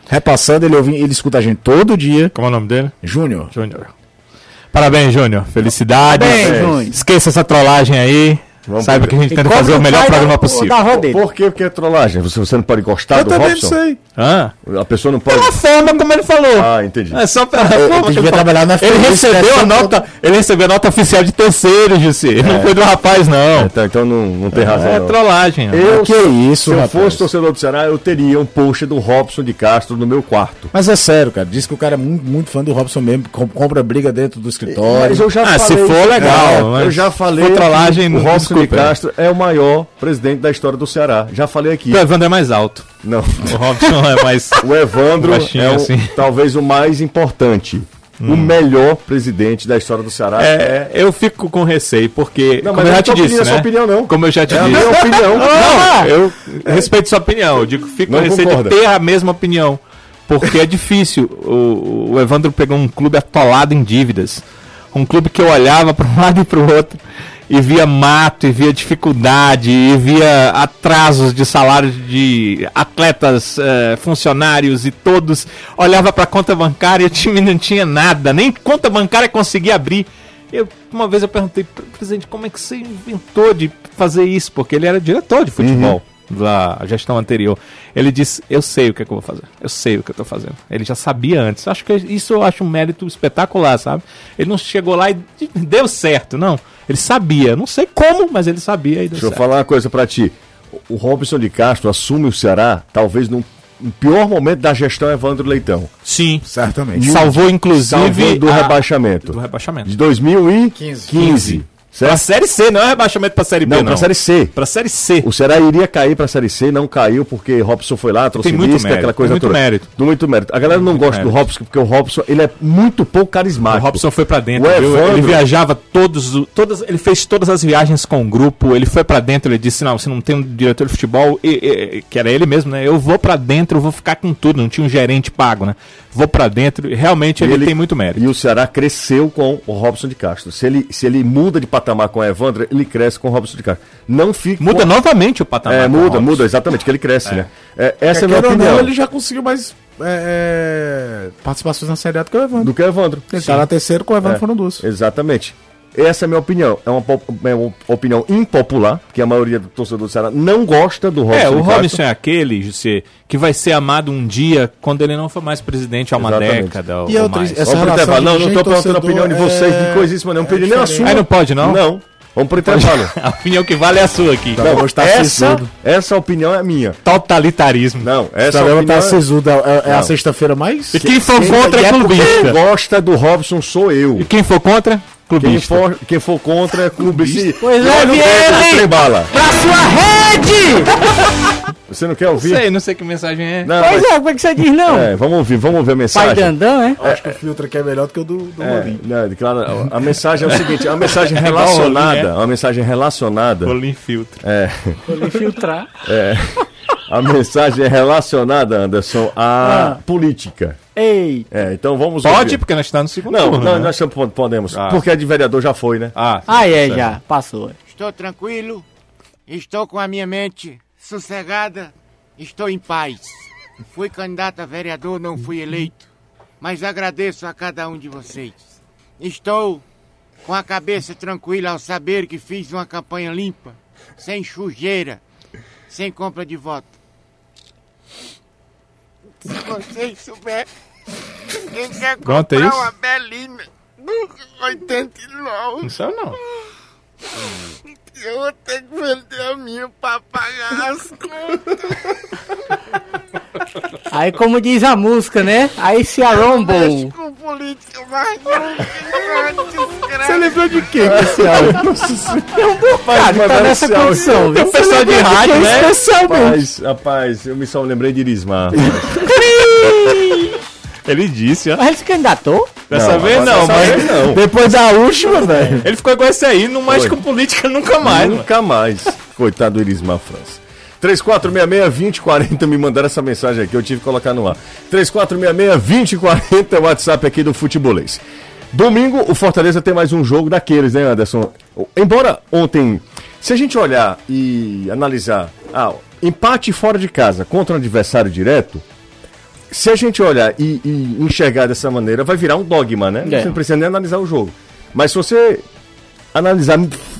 Speaker 4: repassando, ele, ouvi, ele escuta a gente todo dia.
Speaker 3: Como é o nome dele?
Speaker 4: Júnior.
Speaker 3: Júnior. Parabéns, Júnior. Felicidades.
Speaker 1: Parabéns, Júnior.
Speaker 3: Esqueça essa trollagem aí.
Speaker 2: Vamos
Speaker 3: Saiba que a gente tenta fazer o melhor programa possível.
Speaker 1: Da roda
Speaker 2: por,
Speaker 1: dele.
Speaker 2: por que, que é trollagem? Você, você não pode gostar
Speaker 4: Eu
Speaker 2: do
Speaker 4: também
Speaker 2: Robson?
Speaker 4: não sei.
Speaker 3: Hã?
Speaker 2: A pessoa não pode.
Speaker 3: Pela forma como ele falou.
Speaker 2: Ah, entendi.
Speaker 3: É só pela
Speaker 4: Eu,
Speaker 3: forma que
Speaker 4: devia
Speaker 3: ele falou.
Speaker 4: trabalhar na
Speaker 3: Ele recebeu a
Speaker 4: Felicidade.
Speaker 3: nota, ele recebeu a nota oficial de terceiro, Jussi.
Speaker 2: É.
Speaker 3: Não foi do rapaz, não.
Speaker 2: Então, então não, não tem razão.
Speaker 3: É
Speaker 2: não.
Speaker 3: trollagem. ó.
Speaker 2: Eu,
Speaker 5: Que isso,
Speaker 2: se eu
Speaker 5: rapaz.
Speaker 2: fosse torcedor do Ceará, eu teria um post do Robson de Castro no meu quarto.
Speaker 5: Mas é sério, cara. Diz que o cara é muito, muito fã do Robson mesmo. com- Compra briga dentro do escritório.
Speaker 2: eu já É,
Speaker 3: Ah, se for legal, mas
Speaker 2: eu já
Speaker 3: se
Speaker 2: falei.
Speaker 3: for trollagem,
Speaker 2: que o Robson
Speaker 3: desculpa.
Speaker 2: de Castro é o maior presidente da história do Ceará. Já falei aqui.
Speaker 3: O Evandro é mais alto.
Speaker 2: Não.
Speaker 3: O Robson é mais.
Speaker 2: O Evandro
Speaker 3: Baixinho,
Speaker 2: é o-
Speaker 3: assim. Hum.
Speaker 2: talvez o mais importante. O melhor presidente da história do Ceará
Speaker 3: É, eu fico com receio, porque.
Speaker 2: Não,
Speaker 3: como
Speaker 2: mas
Speaker 3: eu
Speaker 2: eu
Speaker 3: já
Speaker 2: não
Speaker 3: te
Speaker 2: tô
Speaker 3: disse.
Speaker 2: pedindo a sua
Speaker 3: né?
Speaker 2: opinião, não.
Speaker 3: Como eu já te
Speaker 2: É a
Speaker 3: disse.
Speaker 2: minha opinião.
Speaker 3: Não, eu respeito sua opinião. Eu digo, fico com
Speaker 2: Não
Speaker 3: receio de
Speaker 2: concorda.
Speaker 3: ter a mesma opinião. Porque é difícil. O, o Evandro pegou um clube atolado em dívidas. Um clube que eu olhava para um lado e para o outro e via mato, e via dificuldade, e via atrasos de salários de atletas, eh, funcionários e todos. Olhava para a conta bancária e o time não tinha nada, nem conta bancária conseguia abrir. Eu, uma vez eu perguntei, presidente, como é que você inventou de fazer isso? Porque ele era diretor de futebol da gestão anterior. Ele disse, eu sei o que, é que eu vou fazer, eu sei o que eu tô fazendo. Ele já sabia antes. Acho que isso eu acho um mérito espetacular, sabe? Ele não chegou lá e de- deu certo, não. Ele sabia, não sei como, mas ele sabia e deu
Speaker 2: Deixa eu
Speaker 3: certo.
Speaker 2: falar uma coisa pra ti. O Robson de Castro assume o Ceará, talvez num no pior momento da gestão Evandro Leitão.
Speaker 3: Sim.
Speaker 5: Certamente.
Speaker 3: Salvou, inclusive,
Speaker 2: Salvando do
Speaker 3: a-
Speaker 2: rebaixamento.
Speaker 3: do rebaixamento.
Speaker 2: De 2015.
Speaker 3: 15. Pra Série C, não é rebaixamento pra Série B,
Speaker 2: Não,
Speaker 3: não.
Speaker 2: pra Série C.
Speaker 3: Pra Série C.
Speaker 2: O Ceará iria cair pra Série C, não caiu, porque Robson foi lá, trouxe
Speaker 3: Tem muito
Speaker 2: lista,
Speaker 3: mérito,
Speaker 2: aquela coisa
Speaker 3: tem muito mérito.
Speaker 2: Do muito mérito. A galera não gosta do
Speaker 3: mérito.
Speaker 2: Robson, porque o Robson ele é muito pouco
Speaker 3: O
Speaker 2: carismático.
Speaker 3: Robson foi pra dentro,
Speaker 2: O
Speaker 3: viu?
Speaker 2: Evandro-
Speaker 3: Ele viajava todos, o- todas, ele fez todas as viagens com o grupo, ele foi pra dentro, ele disse: "Não, se não tem um diretor de futebol, e- e- e- que era ele mesmo, né? Eu vou pra dentro, eu vou ficar com tudo, não tinha um gerente pago, né? Vou pra dentro". E realmente ele, tem muito mérito.
Speaker 2: E o Ceará cresceu com o Robson de Castro. Se ele, se ele muda de patamar com o Evandro, ele cresce com o Robson de Castro. Não fica.
Speaker 3: Muda
Speaker 2: com...
Speaker 3: novamente o patamar.
Speaker 2: É,
Speaker 3: do
Speaker 2: muda,
Speaker 3: Robson.
Speaker 2: muda, exatamente, que ele cresce, né? É, essa é a minha
Speaker 4: Querendo ou não,
Speaker 2: opinião.
Speaker 4: ele já conseguiu mais é, é, participações na Série A do que o Evandro.
Speaker 2: Do que o Evandro.
Speaker 4: Ele tá na terceira, com o Evandro
Speaker 2: É.
Speaker 4: foram duas.
Speaker 2: Exatamente. Essa é a minha opinião. É uma, pop- é uma opinião impopular, porque a maioria do torcedor do Ceará não gosta do Robson.
Speaker 3: É, o
Speaker 2: de Castro.
Speaker 3: Robson é aquele, José, que vai ser amado um dia quando ele não for mais presidente há uma
Speaker 2: Exatamente.
Speaker 3: década ou,
Speaker 4: E outra,
Speaker 3: mais.
Speaker 4: essa-
Speaker 2: Vamos pro
Speaker 4: relação
Speaker 2: intervalo. Não, não
Speaker 4: de
Speaker 2: tô
Speaker 4: gente
Speaker 2: perguntando a opinião de
Speaker 4: torcedor
Speaker 2: vocês,
Speaker 4: é-
Speaker 2: que coisa isso, mas não pedi nem a
Speaker 4: diferente.
Speaker 2: sua.
Speaker 3: Aí não pode não?
Speaker 2: Não. Vamos pro intervalo.
Speaker 3: A opinião que vale é a sua aqui.
Speaker 2: Não,
Speaker 5: hoje tá
Speaker 2: essa,
Speaker 5: sisudo.
Speaker 2: essa opinião é minha.
Speaker 3: Totalitarismo.
Speaker 2: Não,
Speaker 5: Essa
Speaker 2: essa
Speaker 5: galera
Speaker 2: opinião
Speaker 5: tá
Speaker 2: é-
Speaker 5: sisuda. É, é a
Speaker 2: Não.
Speaker 5: sexta-feira mais?
Speaker 3: E quem for
Speaker 2: Quem-
Speaker 3: contra
Speaker 2: quem
Speaker 3: é
Speaker 2: Quem
Speaker 3: clubista.
Speaker 2: gosta do Robson sou
Speaker 3: E
Speaker 2: eu.
Speaker 3: quem for contra,
Speaker 2: Quem
Speaker 3: clubista.
Speaker 2: for, quem for contra é clubista.
Speaker 1: Pois é,
Speaker 2: Olha o
Speaker 1: Vieira,
Speaker 2: dedo,
Speaker 1: hein?
Speaker 2: Trembala.
Speaker 1: Pra sua rede!
Speaker 2: Você não quer ouvir?
Speaker 3: Sei, não sei que mensagem é.
Speaker 2: Não,
Speaker 1: Pois
Speaker 2: mas-
Speaker 1: é, como é que você diz não?
Speaker 2: é, vamos ouvir, vamos ouvir a
Speaker 1: Pai
Speaker 2: mensagem.
Speaker 1: Dandão, é?
Speaker 4: Acho que o filtro aqui é melhor do que o do, do
Speaker 2: É,
Speaker 4: Rolim.
Speaker 2: não, claro, a mensagem é o seguinte, é uma mensagem
Speaker 3: igual né? o Rolim,
Speaker 2: relacionada, uma mensagem relacionada
Speaker 3: filtro.
Speaker 1: Vou lhe filtrar.
Speaker 2: A mensagem é relacionada, Anderson, à política.
Speaker 1: Ei,
Speaker 2: É, então vamos.
Speaker 3: Ah. Pode,
Speaker 2: ouvir.
Speaker 3: porque nós estamos no segundo
Speaker 2: Não,
Speaker 3: turno,
Speaker 2: não,
Speaker 3: né?
Speaker 2: nós chamo- podemos.
Speaker 3: Ah.
Speaker 2: Porque a de vereador já foi, né?
Speaker 3: Ah,
Speaker 1: ah é, já, passou.
Speaker 6: Estou tranquilo, estou com a minha mente sossegada, estou em paz. Fui candidato a vereador, não fui eleito, mas agradeço a cada um de vocês. Estou com a cabeça tranquila ao saber que fiz uma campanha limpa, sem sujeira, sem compra de voto. Se vocês souberem, quem quer
Speaker 3: Pronto, é
Speaker 6: comprar
Speaker 3: isso?
Speaker 6: uma belina, 89.
Speaker 3: não sou não.
Speaker 6: Eu vou ter que vender a minha pra pagar as contas.
Speaker 1: Aí como diz a música, né? Aí se arrombam.
Speaker 6: Mexe com política, mas não desgraça.
Speaker 2: lembrou de quem, Marcial?
Speaker 1: Cara, tá nessa condição, viu?
Speaker 3: Pessoal de rádio,
Speaker 1: é
Speaker 3: né?
Speaker 2: Rapaz, rapaz, eu me só lembrei de Irismar.
Speaker 3: Ele disse, ó.
Speaker 1: Mas ele se candidatou?
Speaker 3: Dessa vez não, mas...
Speaker 2: Dessa vez não.
Speaker 5: Depois da última, velho.
Speaker 3: Ele ficou igual esse aí, não mais
Speaker 2: Foi. Uhum.
Speaker 3: com política nunca mais. mano.
Speaker 2: Nunca mais. Coitado do Irismar França. 3466-2040, me mandaram essa mensagem aqui, eu tive que colocar no ar. 3466-2040 é o WhatsApp aqui do Futebolês. Domingo, o Fortaleza tem mais um jogo daqueles, né, Anderson? Embora ontem, se a gente olhar e analisar, ah, empate fora de casa contra um adversário direto, se a gente olhar e, e enxergar dessa maneira, vai virar um dogma, né?
Speaker 1: É.
Speaker 2: Você não precisa nem analisar o jogo. Mas se você analisar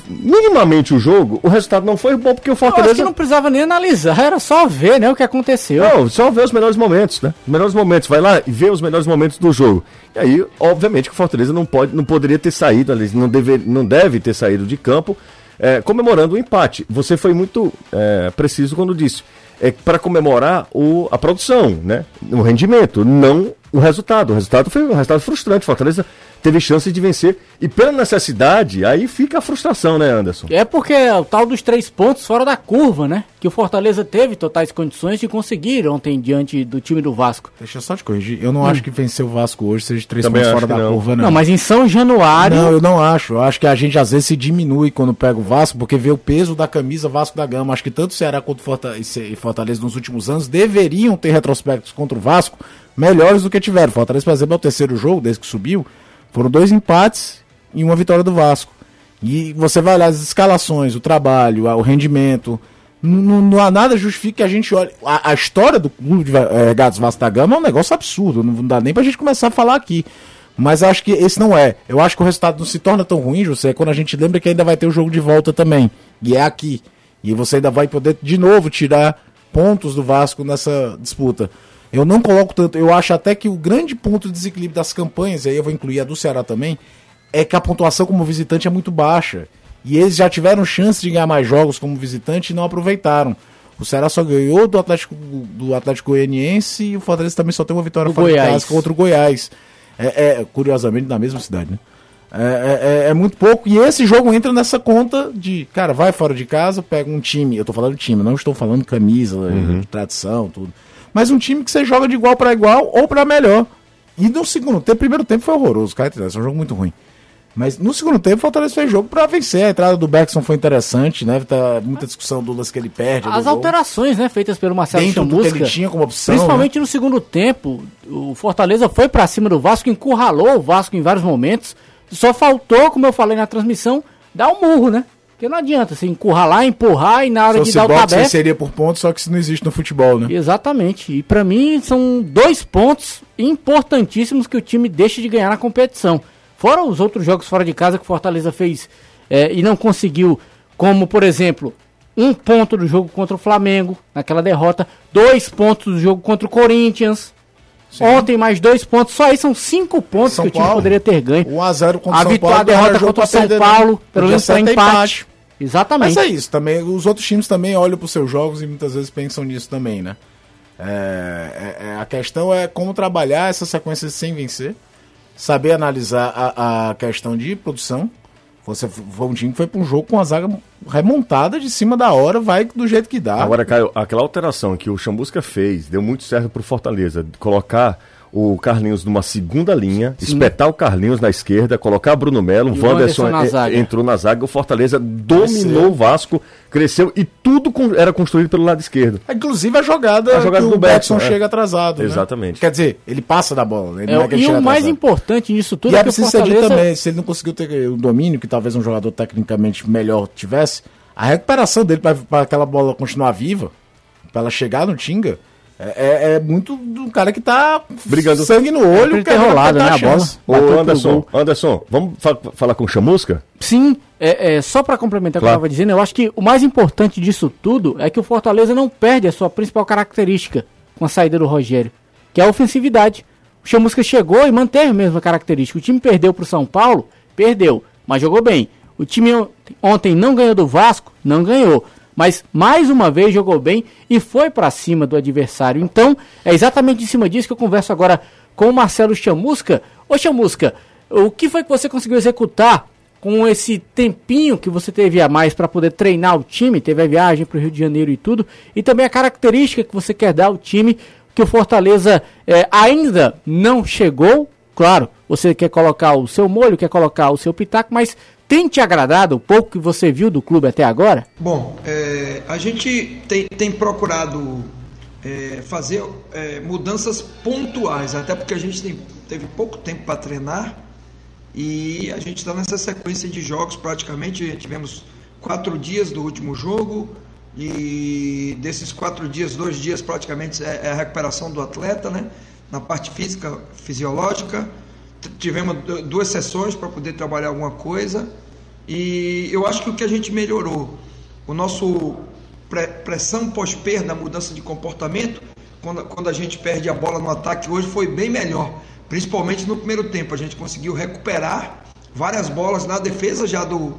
Speaker 2: minimamente o jogo, o resultado não foi bom porque o
Speaker 1: Eu acho que
Speaker 2: Fortaleza.
Speaker 1: não precisava nem analisar, era só ver, né, o que aconteceu.
Speaker 2: Não, só vê os melhores momentos, né? Os melhores momentos, vai lá e vê os melhores momentos do jogo. E aí, obviamente, que o Fortaleza não pode, não poderia ter saído, aliás, não deve, não deve ter saído de campo eh, comemorando o empate. Você foi muito eh, preciso quando disse. É para comemorar o, a produção, né? O rendimento, não o resultado. O resultado foi um resultado frustrante. O Fortaleza teve chance de vencer. E pela necessidade, aí fica a frustração, né, Anderson?
Speaker 1: É porque é o tal dos três pontos fora da curva, né? Que o Fortaleza teve totais condições de conseguir ontem diante do time do Vasco.
Speaker 4: Deixa eu só te corrigir. Eu não acho que vencer o Vasco hoje seja três
Speaker 2: Hum. Também
Speaker 4: pontos
Speaker 2: acho
Speaker 4: fora da
Speaker 2: que não.
Speaker 4: curva,
Speaker 1: Não, mas em São Januário.
Speaker 4: Não, eu não acho. Eu acho que a gente às vezes se diminui quando pega o Vasco, porque vê o peso da camisa Vasco da Gama. Acho que tanto o Ceará quanto o Forta- e Ce- e Fortaleza nos últimos anos deveriam ter retrospectos contra o Vasco melhores do que tiveram. Fortaleza, por exemplo, é o terceiro jogo desde que subiu. Foram dois empates e uma vitória do Vasco. E você vai olhar as escalações, o trabalho, a- o rendimento. N- n- Não há nada que justifique que a gente olhe. A, a história do clube de Va- eh, Gatos Vasco da Gama é um negócio absurdo. Não dá nem pra gente começar a falar aqui. Mas acho que esse não é. Eu acho que o resultado não se torna tão ruim, José, quando a gente lembra que ainda vai ter o jogo de volta também. E é aqui. E você ainda vai poder de novo tirar pontos do Vasco nessa disputa. Eu não coloco tanto. Eu acho até que o grande ponto de desequilíbrio das campanhas, e aí eu vou incluir a do Ceará também, é que a pontuação como visitante é muito baixa. E eles já tiveram chance de ganhar mais jogos como visitante e não aproveitaram. O Ceará só ganhou do Atlético, do Atlético Goianiense e o Fortaleza também só tem uma vitória
Speaker 1: Do
Speaker 4: fora de
Speaker 1: Goiás.
Speaker 4: casa contra o Goiás. É, é, curiosamente, na mesma cidade, né? É, é- é- é muito pouco. E esse jogo entra nessa conta de, cara, vai fora de casa, pega um time. Eu tô falando time, não estou falando camisa, tradição, tudo. Mas um time que você joga de igual pra igual ou pra melhor. E no segundo tempo, primeiro tempo foi horroroso, cara. É um jogo muito ruim. Mas no segundo tempo, o Fortaleza fez jogo pra vencer. A entrada do Beckson foi interessante, né? Tá muita discussão do lance que ele perde.
Speaker 1: As
Speaker 4: do gol.
Speaker 1: alterações, né, feitas pelo Marcelo
Speaker 4: dentro do que ele
Speaker 1: Chamusca.
Speaker 4: tinha como opção. né?
Speaker 1: Principalmente no segundo tempo, o Fortaleza foi pra cima do Vasco, encurralou o Vasco em vários momentos. Só faltou, como eu falei na transmissão, dar um murro, né? Porque não adianta, assim, encurralar, empurrar e na hora
Speaker 4: Se
Speaker 1: de
Speaker 4: fosse
Speaker 1: dar o
Speaker 4: boxe,
Speaker 1: tabé.
Speaker 4: seria por pontos, só que isso não existe no futebol, né?
Speaker 1: Exatamente. E pra mim são dois pontos importantíssimos que o time deixa de ganhar na competição. Fora os outros jogos fora de casa que o Fortaleza fez eh, e não conseguiu, como por exemplo, um ponto do jogo contra o Flamengo, naquela derrota, dois pontos do jogo contra o Corinthians. Ontem mais dois pontos, só aí são cinco pontos
Speaker 4: São
Speaker 1: que o time
Speaker 4: Paulo.
Speaker 1: poderia ter ganho. A,
Speaker 4: 1x0 contra o São
Speaker 1: vitória,
Speaker 4: Paulo.
Speaker 1: a derrota
Speaker 4: era jogo
Speaker 1: contra o
Speaker 4: pra
Speaker 1: São
Speaker 4: perder, né?
Speaker 1: Paulo, pelo
Speaker 4: Podia
Speaker 1: menos
Speaker 4: ser
Speaker 1: foi um
Speaker 4: até
Speaker 1: empate. Exatamente.
Speaker 4: Mas é isso, também os outros times também olham para os seus jogos e muitas vezes pensam nisso também, né? É, é- é, a questão é como trabalhar essas sequências sem vencer, saber analisar a, a questão de produção. Você f- foi um time que foi para um jogo com a zaga remontada de cima da hora, vai do jeito que
Speaker 1: Ah.
Speaker 4: dá.
Speaker 2: Agora, Caio, aquela alteração que o Chambusca fez deu muito certo pro Fortaleza. Colocar o Carlinhos numa segunda linha, espetar o Carlinhos na esquerda, colocar Bruno Melo, o
Speaker 1: E o
Speaker 2: Wanderson
Speaker 1: Wanderson na
Speaker 2: en-
Speaker 1: zaga.
Speaker 2: entrou na zaga, o Fortaleza dominou o Vasco, cresceu e tudo con- era construído pelo lado esquerdo.
Speaker 4: É, Inclusive a jogada,
Speaker 2: A jogada
Speaker 4: que
Speaker 2: do
Speaker 4: o Betson
Speaker 2: Betson, é.
Speaker 4: chega atrasado. né?
Speaker 2: Exatamente.
Speaker 4: Quer dizer, ele passa da bola, né? Ele
Speaker 1: É,
Speaker 4: não é que ele
Speaker 1: e
Speaker 4: chega
Speaker 1: o mais
Speaker 4: atrasado.
Speaker 1: importante nisso tudo
Speaker 4: e é
Speaker 1: é que o
Speaker 4: preciso ser dito
Speaker 1: Fortaleza
Speaker 4: também, se ele não conseguiu ter o domínio, que talvez um jogador tecnicamente melhor tivesse, a recuperação dele para aquela bola continuar viva, para ela chegar no Tinga, é, é- é muito do cara que tá
Speaker 2: Brigando.
Speaker 4: sangue no
Speaker 1: É pra
Speaker 4: olho,
Speaker 1: ele
Speaker 4: o
Speaker 1: ter
Speaker 4: cara
Speaker 1: rolado,
Speaker 4: vai
Speaker 1: né,
Speaker 4: dar
Speaker 1: a bola.
Speaker 4: chance.
Speaker 2: Ô,
Speaker 1: Bateu pro
Speaker 2: Anderson,
Speaker 1: gol.
Speaker 2: Anderson, vamos fa- falar com o Chamusca?
Speaker 1: Sim, é, é, só para complementar o que eu
Speaker 2: Claro.
Speaker 1: estava dizendo, eu acho que o mais importante disso tudo é que o Fortaleza não perde a sua principal característica com a saída do Rogério, que é a ofensividade. O Chamusca chegou e manteve a mesma característica. O time perdeu para o São Paulo, perdeu, mas jogou bem. O time on- ontem não ganhou do Vasco, não ganhou. Mas mais uma vez jogou bem e foi para cima do adversário. Então, é exatamente em cima disso que eu converso agora com o Marcelo Chamusca. Ô Chamusca, o que foi que você conseguiu executar com esse tempinho que você teve a mais para poder treinar o time, teve a viagem para o Rio de Janeiro e tudo, e também a característica que você quer dar ao time, que o Fortaleza eh, ainda não chegou. Claro, você quer colocar o seu molho, quer colocar o seu pitaco, mas tem te agradado o pouco que você viu do clube até agora?
Speaker 7: Bom, é, a gente tem, tem procurado é, fazer é, mudanças pontuais, até porque a gente tem- teve pouco tempo para treinar e a gente está nessa sequência de jogos praticamente. Tivemos quatro dias do último jogo e desses quatro dias, dois dias praticamente é, é a recuperação do atleta, né? Na parte física, fisiológica. T- Tivemos du- duas sessões para poder trabalhar alguma coisa. E eu acho que o que a gente melhorou, o nosso pre- pressão pós-perda, mudança de comportamento, quando, quando a gente perde a bola no ataque hoje foi bem melhor, principalmente no primeiro tempo. A gente conseguiu recuperar várias bolas na defesa já do,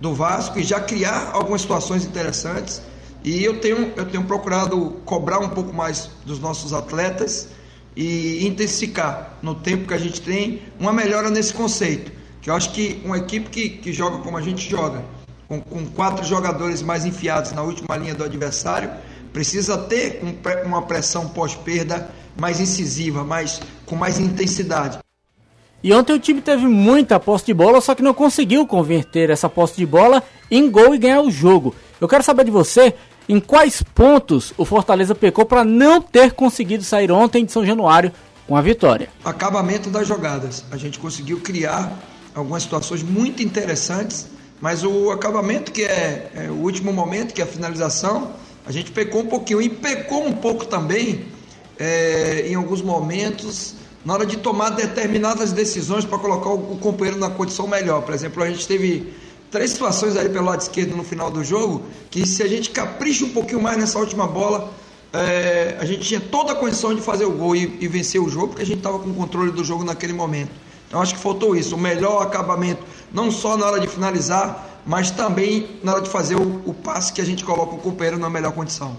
Speaker 7: do Vasco e já criar algumas situações interessantes. E eu tenho, eu tenho procurado cobrar um pouco mais dos nossos atletas e intensificar no tempo que a gente tem uma melhora nesse conceito. Que eu acho que uma equipe que, que joga como a gente joga, com, com quatro jogadores mais enfiados na última linha do adversário, precisa ter um pre- uma pressão pós-perda mais incisiva, mais, com mais intensidade.
Speaker 1: E ontem o time teve muita posse de bola, só que não conseguiu converter essa posse de bola em gol e ganhar o jogo. Eu quero saber de você em quais pontos o Fortaleza pecou para não ter conseguido sair ontem de São Januário com a vitória.
Speaker 7: acabamento das jogadas. A gente conseguiu criar algumas situações muito interessantes, mas o acabamento, que é, é o último momento, que é a finalização, a gente pecou um pouquinho. E pecou um pouco também, é, em alguns momentos, na hora de tomar determinadas decisões para colocar o, o companheiro na condição melhor. Por exemplo, a gente teve três situações aí pelo lado esquerdo no final do jogo, que se a gente capricha um pouquinho mais nessa última bola, é, a gente tinha toda a condição de fazer o gol e, e vencer o jogo, porque a gente estava com o controle do jogo naquele momento. Então acho que faltou isso, o melhor acabamento, não só na hora de finalizar, mas também na hora de fazer o, o passe que a gente coloca o companheiro na melhor condição.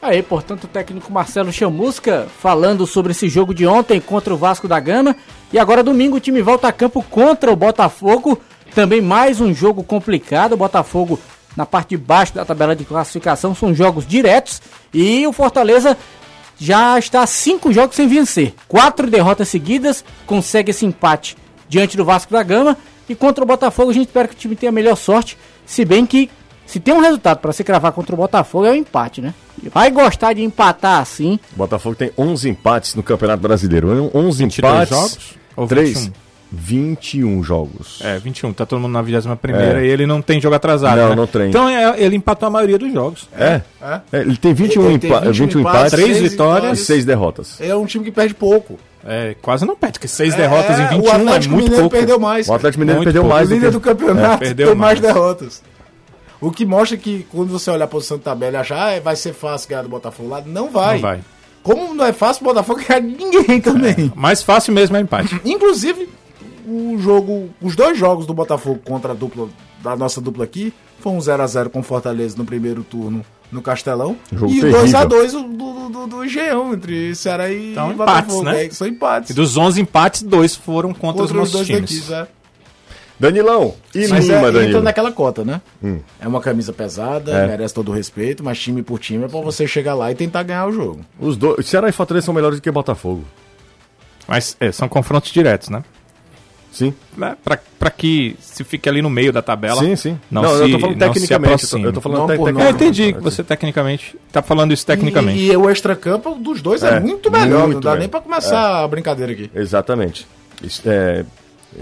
Speaker 1: Aí, portanto, o técnico Marcelo Chamusca falando sobre esse jogo de ontem contra o Vasco da Gama. E agora domingo o time volta a campo contra o Botafogo. Também mais um jogo complicado. O Botafogo na parte de baixo da tabela de classificação. São jogos diretos. E o Fortaleza já está a cinco jogos sem vencer. Quatro derrotas seguidas. Consegue esse empate diante do Vasco da Gama. E contra o Botafogo a gente espera que o time tenha a melhor sorte. Se bem que se tem um resultado para se cravar contra o Botafogo é o empate, né? Vai gostar de empatar assim.
Speaker 2: O Botafogo tem 11 empates no Campeonato Brasileiro. 11
Speaker 3: 22
Speaker 2: empates.
Speaker 3: jogos? Ou um?
Speaker 2: 3? 21 jogos.
Speaker 3: É, 21, tá todo mundo na 21 primeira e ele não tem jogo atrasado.
Speaker 2: É. Não,
Speaker 3: né?
Speaker 2: não tem.
Speaker 3: Então é, ele empatou a maioria dos jogos.
Speaker 2: É? É, ele tem 21,
Speaker 4: Ele tem
Speaker 2: empa
Speaker 4: 21
Speaker 2: 21 empates,
Speaker 4: empates,
Speaker 3: Três
Speaker 4: seis
Speaker 3: vitórias.
Speaker 2: e 6 derrotas.
Speaker 4: É um time que perde pouco.
Speaker 3: É, quase não perde, porque seis derrotas
Speaker 4: É,
Speaker 3: em
Speaker 2: um
Speaker 4: o
Speaker 3: 21 é
Speaker 4: Atlético
Speaker 3: muito
Speaker 4: Mineiro
Speaker 3: pouco.
Speaker 4: perdeu mais.
Speaker 2: O Atlético Mineiro
Speaker 3: Muito
Speaker 2: perdeu
Speaker 3: pouco.
Speaker 2: mais do
Speaker 4: líder do
Speaker 2: que...
Speaker 4: campeonato
Speaker 3: É, perdeu
Speaker 4: tem mais
Speaker 3: mais.
Speaker 4: derrotas. O que mostra que quando você olhar a posição de tabela e achar "Ah, vai ser fácil ganhar do Botafogo lá, não vai.
Speaker 3: Não vai.
Speaker 4: Como não é fácil o Botafogo ganhar de ninguém também.
Speaker 3: Mais fácil mesmo é empate.
Speaker 4: Inclusive, o jogo, os dois jogos do Botafogo contra a dupla da nossa dupla aqui foi um 0 a 0 com o Fortaleza no primeiro turno no Castelão
Speaker 2: Jogo
Speaker 4: e
Speaker 2: terrível.
Speaker 4: 2 a 2 do, do, do, do Engenhão entre Ceará e
Speaker 3: Então, empates, né?
Speaker 4: é, são empates.
Speaker 3: E dos 11 empates, dois foram contra, os
Speaker 4: Contra os
Speaker 3: nossos
Speaker 4: dois é.
Speaker 3: times.
Speaker 4: daqui, né? Zé.
Speaker 2: Danilão, e
Speaker 4: Mas
Speaker 2: Lima,
Speaker 4: é, entra
Speaker 2: Danilo? Hum.
Speaker 4: naquela cota, né? É uma camisa pesada,
Speaker 2: É.
Speaker 4: merece todo o respeito, mas time por time é pra você chegar lá e tentar ganhar o jogo.
Speaker 2: Os dois... Ceará e Fortaleza são melhores do que Botafogo.
Speaker 3: Mas é, são confrontos diretos, né?
Speaker 2: Sim,
Speaker 3: né? Pra, pra que se fique ali no meio da tabela.
Speaker 2: sim, sim.
Speaker 3: Não, se,
Speaker 2: eu tô falando
Speaker 3: não se
Speaker 2: tecnicamente. eu tô-
Speaker 3: aproxime.
Speaker 2: Eu tô falando
Speaker 4: Não
Speaker 2: tec-
Speaker 3: É,
Speaker 4: por
Speaker 2: tecnicamente. assim,
Speaker 3: eu entendi que você tecnicamente tá falando isso tecnicamente.
Speaker 4: E, e o extracampo dos dois é,
Speaker 2: É,
Speaker 4: muito melhor,
Speaker 2: muito
Speaker 4: não dá
Speaker 2: melhor. É.
Speaker 4: nem pra começar a brincadeira aqui.
Speaker 2: Exatamente. Isso, É...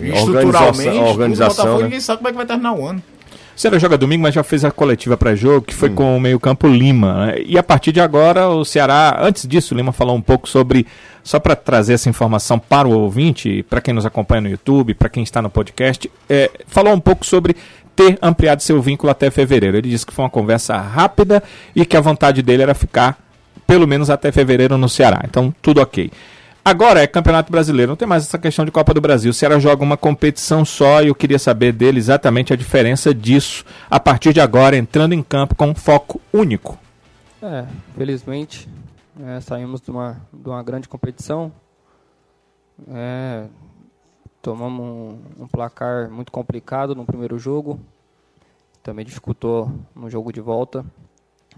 Speaker 4: Estruturalmente,
Speaker 2: Organização,
Speaker 4: tudo,
Speaker 2: organização
Speaker 4: Botafogo,
Speaker 2: né?
Speaker 4: ninguém sabe como é que vai terminar o ano.
Speaker 3: O Ceará joga domingo, mas já fez a coletiva pré-jogo, que foi
Speaker 2: Hum.
Speaker 3: com o meio-campo Lima. né? E a partir de agora, o Ceará, antes disso, o Lima falou um pouco sobre, só para trazer essa informação para o ouvinte, para quem nos acompanha no YouTube, para quem está no podcast, é, falou um pouco sobre ter ampliado seu vínculo até fevereiro. Ele disse que foi uma conversa rápida e que a vontade dele era ficar pelo menos até fevereiro no Ceará. Então, tudo ok. Agora é Campeonato Brasileiro, não tem mais essa questão de Copa do Brasil. O Ceará joga uma competição só e eu queria saber dele exatamente a diferença disso a partir de agora, entrando em campo com um foco único.
Speaker 8: É, felizmente é, saímos de uma, de uma grande competição. É, tomamos um, um placar muito complicado no primeiro jogo. Também dificultou no jogo de volta.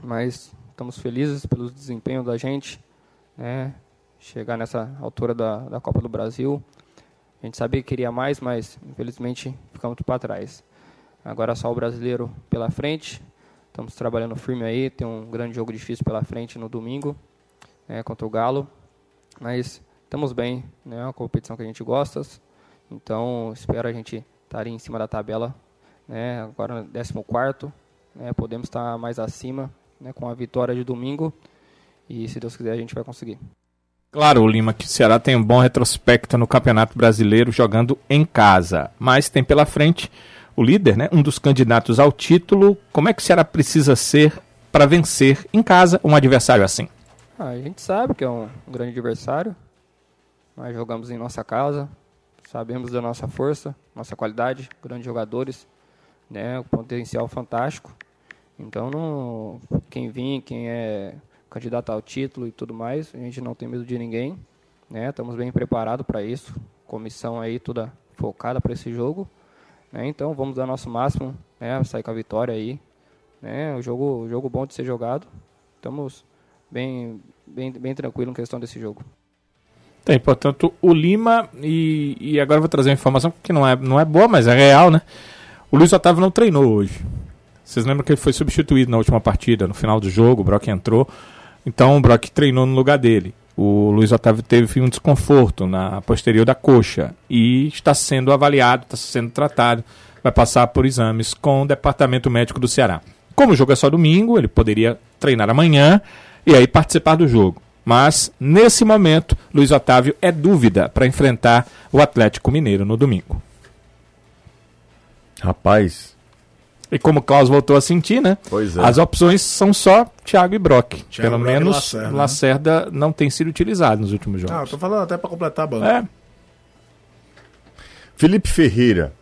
Speaker 8: Mas estamos felizes pelo desempenho da gente. né, chegar nessa altura da, da Copa do Brasil. A gente sabia que queria mais, mas infelizmente ficamos para trás. Agora só o brasileiro pela frente. Estamos trabalhando firme aí. Tem um grande jogo difícil pela frente no domingo né, contra o Galo. Mas estamos bem. né, É uma competição que a gente gosta. Então espero a gente estar ali em cima da tabela. Né, agora 14. Né, podemos estar mais acima né, com a vitória de domingo. E se Deus quiser, a gente vai conseguir.
Speaker 3: Claro, o Lima que o Ceará tem um bom retrospecto no Campeonato Brasileiro jogando em casa, mas tem pela frente o líder, né? Um dos candidatos ao título. Como é que o Ceará precisa ser para vencer em casa um adversário assim?
Speaker 8: Ah, a gente sabe que é um grande adversário. Nós jogamos em nossa casa, sabemos da nossa força, nossa qualidade, grandes jogadores, né, o potencial fantástico. Então, não, quem vir, quem é candidato ao título e tudo mais, a gente não tem medo de ninguém, né? Estamos bem preparados para isso. Comissão aí toda focada para esse jogo, né? Então, vamos dar nosso máximo, né, sair com a vitória aí, né? O jogo, o jogo bom de ser jogado. Estamos bem, bem, bem tranquilo em questão desse jogo.
Speaker 3: Tem, portanto, o Lima, e, e agora eu vou trazer uma informação que não é, não é boa, mas é real, né? O Luiz Otávio não treinou hoje. Vocês lembram que ele foi substituído na última partida, no final do jogo, o Brock entrou. Então o Brock treinou no lugar dele. O Luiz Otávio teve um desconforto na posterior da coxa e está sendo avaliado, está sendo tratado, vai passar por exames com o departamento médico do Ceará. Como o jogo é só domingo, ele poderia treinar amanhã e aí participar do jogo. Mas, nesse momento, Luiz Otávio é dúvida para enfrentar o Atlético Mineiro no domingo.
Speaker 2: Rapaz,
Speaker 3: E como o Klaus voltou a sentir, né?
Speaker 2: pois é.
Speaker 3: As opções são só Thiago e Brock. Pelo
Speaker 9: Brock e
Speaker 3: menos
Speaker 9: Lacerda,
Speaker 3: Lacerda,
Speaker 9: né?
Speaker 3: não tem sido utilizado nos últimos
Speaker 9: Ah, eu
Speaker 3: jogos.
Speaker 9: tô falando até pra completar a banca.
Speaker 3: é,
Speaker 2: Felipe Ferreira.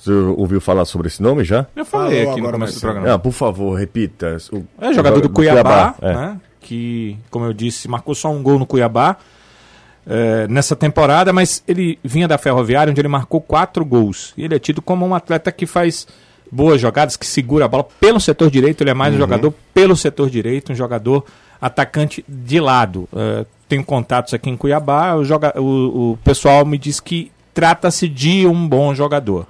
Speaker 2: Você ouviu falar sobre esse nome já?
Speaker 3: eu falei
Speaker 9: Falou
Speaker 3: aqui no
Speaker 9: agora,
Speaker 3: começo do
Speaker 9: Marcelo.
Speaker 3: programa.
Speaker 2: Ah, por favor, repita. O-
Speaker 3: É jogador do
Speaker 2: do
Speaker 3: Cuiabá,
Speaker 2: Cuiabá, é.
Speaker 3: né? Que, como eu disse, marcou só um gol no Cuiabá eh, nessa temporada, mas ele vinha da Ferroviária, onde ele marcou quatro gols. E ele é tido como um atleta que faz boas jogadas, que segura a bola pelo setor direito. Ele é mais um jogador pelo setor direito, um jogador atacante de lado. Eh, tenho contatos aqui em Cuiabá, o, joga- o- o pessoal me diz que trata-se de um bom jogador.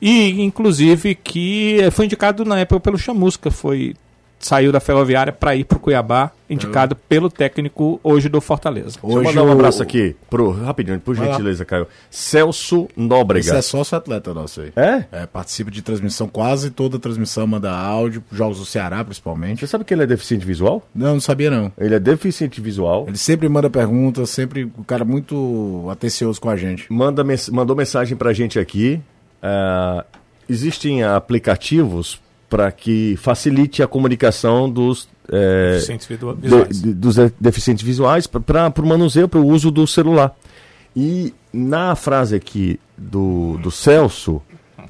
Speaker 3: E, inclusive, que eh, foi indicado na época pelo Chamusca, foi saiu da Ferroviária para ir pro Cuiabá, indicado pelo técnico hoje do Fortaleza.
Speaker 2: Deixa eu mandar um abraço aqui pro. Rapidinho, por gentileza, Caio. Celso
Speaker 4: Esse
Speaker 2: Nóbrega.
Speaker 4: é sócio atleta nosso aí.
Speaker 2: É?
Speaker 4: É, participa de transmissão, quase toda transmissão manda áudio, jogos do Ceará principalmente.
Speaker 2: Você sabe que ele é deficiente visual?
Speaker 4: Não, não sabia não.
Speaker 2: Ele é deficiente visual.
Speaker 4: Ele sempre manda perguntas, sempre o cara muito atencioso com a gente.
Speaker 2: Manda mens mandou mensagem pra gente aqui. Ah, existem aplicativos para que facilite a comunicação dos. eh,
Speaker 3: Deficientes
Speaker 2: de- de- dos de- deficientes visuais para o manuseio, para o uso do celular. E na frase aqui do, do Celso,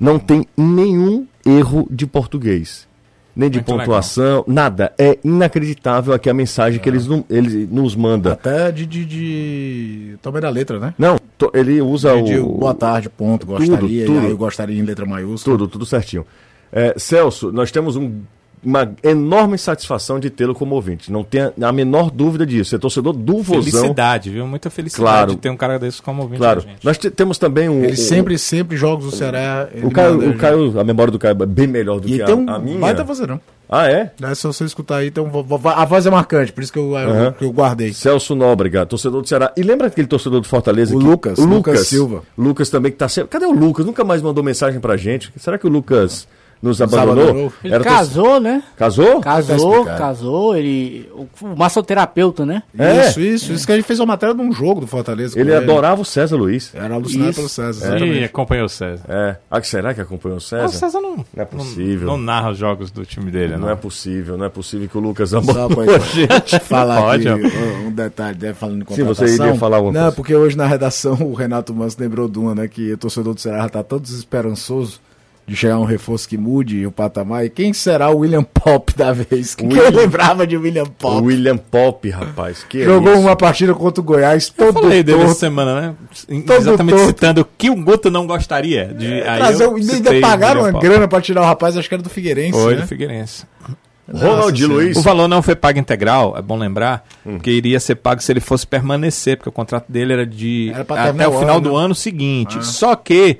Speaker 2: não tem nenhum erro de português. Nem de
Speaker 3: Muito
Speaker 2: pontuação, nada. É inacreditável aqui a mensagem que eles, nu- eles nos manda.
Speaker 4: Até de. de, de... Tomei da letra, né?
Speaker 2: Não, to- ele usa É o.
Speaker 4: De boa tarde, ponto, gostaria,
Speaker 2: tudo.
Speaker 4: e aí eu gostaria em letra maiúscula.
Speaker 2: Tudo, tudo certinho. É, Celso, nós temos um- uma enorme satisfação de tê-lo como ouvinte. Não tenha a menor dúvida disso. Você é torcedor do Vozão.
Speaker 3: Felicidade, viu? Muita felicidade
Speaker 2: Claro.
Speaker 3: de ter um cara desse como ouvinte
Speaker 2: Claro.
Speaker 3: da gente.
Speaker 2: Nós te- temos também um.
Speaker 4: Ele
Speaker 2: um-
Speaker 4: sempre, sempre jogos do Ceará. ele
Speaker 2: O Caio,
Speaker 4: manda a
Speaker 2: o
Speaker 4: gente.
Speaker 2: Caio, a memória do Caio é bem melhor do
Speaker 4: E
Speaker 2: que a,
Speaker 4: tem um
Speaker 2: a minha.
Speaker 4: baita vozeirão.
Speaker 2: Ah, é?
Speaker 4: Né, Se você escutar aí, tem um vo- vo- a voz é marcante, por isso que eu, eu-
Speaker 2: Aham.
Speaker 4: que eu guardei.
Speaker 2: Celso Nóbrega, torcedor do Ceará. E lembra aquele torcedor do Fortaleza?
Speaker 4: O
Speaker 2: que-
Speaker 4: Lucas,
Speaker 2: o
Speaker 4: Lucas Silva.
Speaker 2: Lucas também que tá sempre. Cadê o Lucas? Nunca mais mandou mensagem pra gente. Será que o Lucas nos abandonou?
Speaker 4: abandonou.
Speaker 1: Ele
Speaker 2: Era torce-
Speaker 1: casou, né?
Speaker 2: Casou?
Speaker 1: Casou,
Speaker 4: explicado.
Speaker 1: casou, ele. O, o massoterapeuta, né?
Speaker 2: É.
Speaker 4: Isso, isso. Isso que a gente fez uma matéria de um jogo do Fortaleza. com
Speaker 2: Ele É. adorava o César Luiz.
Speaker 4: Era alucinado
Speaker 1: Isso.
Speaker 4: pelo César.
Speaker 3: E
Speaker 4: exatamente.
Speaker 3: acompanhou o César.
Speaker 2: É. Ah, será que acompanhou o César?
Speaker 3: Ah, o César não,
Speaker 2: Não é possível.
Speaker 3: não, não narra os jogos do time dele,
Speaker 2: Não
Speaker 3: não.
Speaker 2: é possível, não é possível que o Lucas
Speaker 4: Só
Speaker 2: abandonou.
Speaker 4: uma coisa. falar
Speaker 3: Pode,
Speaker 4: aqui um- um detalhe, deve falando em
Speaker 2: Sim,
Speaker 4: contratação.
Speaker 2: você iria falar alguma
Speaker 4: Não,
Speaker 2: coisa.
Speaker 4: porque hoje na redação o Renato Manso lembrou de uma, né, que o torcedor do Ceará já tá tão desesperançoso de chegar um reforço que mude o patamar. E quem será o William Pop da vez? Quem
Speaker 2: William-
Speaker 4: lembrava de William Pop?
Speaker 2: William Pop, rapaz. Que é
Speaker 4: Jogou
Speaker 2: isso?
Speaker 4: uma partida contra o Goiás,
Speaker 3: Eu
Speaker 4: todo
Speaker 3: falei dele essa
Speaker 4: torto,
Speaker 3: semana, né? Em-
Speaker 4: Todo
Speaker 3: Exatamente
Speaker 4: torto.
Speaker 3: citando o que o Guto não gostaria. De, aí
Speaker 4: Trazer
Speaker 3: eu
Speaker 4: um- e
Speaker 3: citei
Speaker 4: ainda
Speaker 3: o
Speaker 4: pagaram
Speaker 3: William
Speaker 4: uma
Speaker 3: Paulo.
Speaker 4: grana pra tirar o rapaz, acho que era do Figueirense,
Speaker 3: Foi,
Speaker 4: né?
Speaker 3: do Figueirense.
Speaker 2: Ronaldinho
Speaker 4: Nossa
Speaker 2: Luiz.
Speaker 3: O valor não foi pago integral, é bom lembrar, porque iria ser pago se ele fosse permanecer, porque o contrato dele era de
Speaker 4: Era pra
Speaker 3: até
Speaker 4: terminar
Speaker 3: o
Speaker 4: o
Speaker 3: final
Speaker 4: ano.
Speaker 3: do ano seguinte. Só que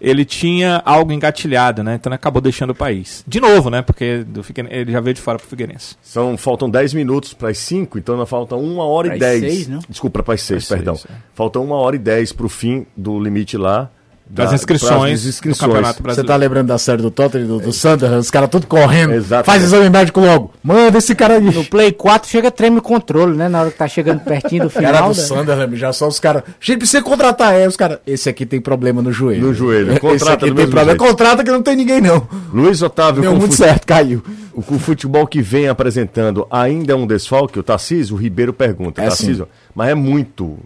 Speaker 3: ele tinha algo engatilhado, né? Então ele acabou deixando o país. De novo, né? Porque do Figueiren- ele já veio de fora pro Figueirense.
Speaker 2: São, faltam 10 minutos para as 5, então ainda falta 1 hora e
Speaker 1: Pras
Speaker 2: 10.
Speaker 1: seis, né?
Speaker 2: Desculpa, para as 6,
Speaker 3: Pras
Speaker 2: perdão.
Speaker 3: seis, é.
Speaker 2: Falta 1 hora e 10 para o fim do limite lá.
Speaker 3: das inscrições
Speaker 2: das inscrições.
Speaker 3: do Campeonato
Speaker 5: Você tá
Speaker 3: Brasileiro.
Speaker 5: lembrando da série do Tottenham, do, do Sunderland, os caras tudo correndo.
Speaker 2: Exatamente.
Speaker 5: Faz exame médico logo. Manda esse cara aí.
Speaker 1: No Play 4 chega treme o controle, né? Na hora que tá chegando pertinho do final.
Speaker 5: Cara do
Speaker 1: né?
Speaker 5: Sunderland, já só os caras. Gente, precisa contratar. É, os caras. Esse aqui tem problema no joelho.
Speaker 2: No joelho.
Speaker 5: Esse
Speaker 2: Contrata
Speaker 5: aqui
Speaker 2: do
Speaker 5: tem
Speaker 2: mesmo
Speaker 5: problema.
Speaker 2: jeito.
Speaker 5: Contrata que não tem ninguém, não.
Speaker 2: Luiz Otávio,
Speaker 5: Deu
Speaker 2: com
Speaker 5: muito
Speaker 2: fute-
Speaker 5: certo, caiu.
Speaker 2: o, com o futebol que vem apresentando ainda é um desfalque? O Tarcísio Ribeiro pergunta.
Speaker 5: É,
Speaker 2: Tarcísio, mas é muito.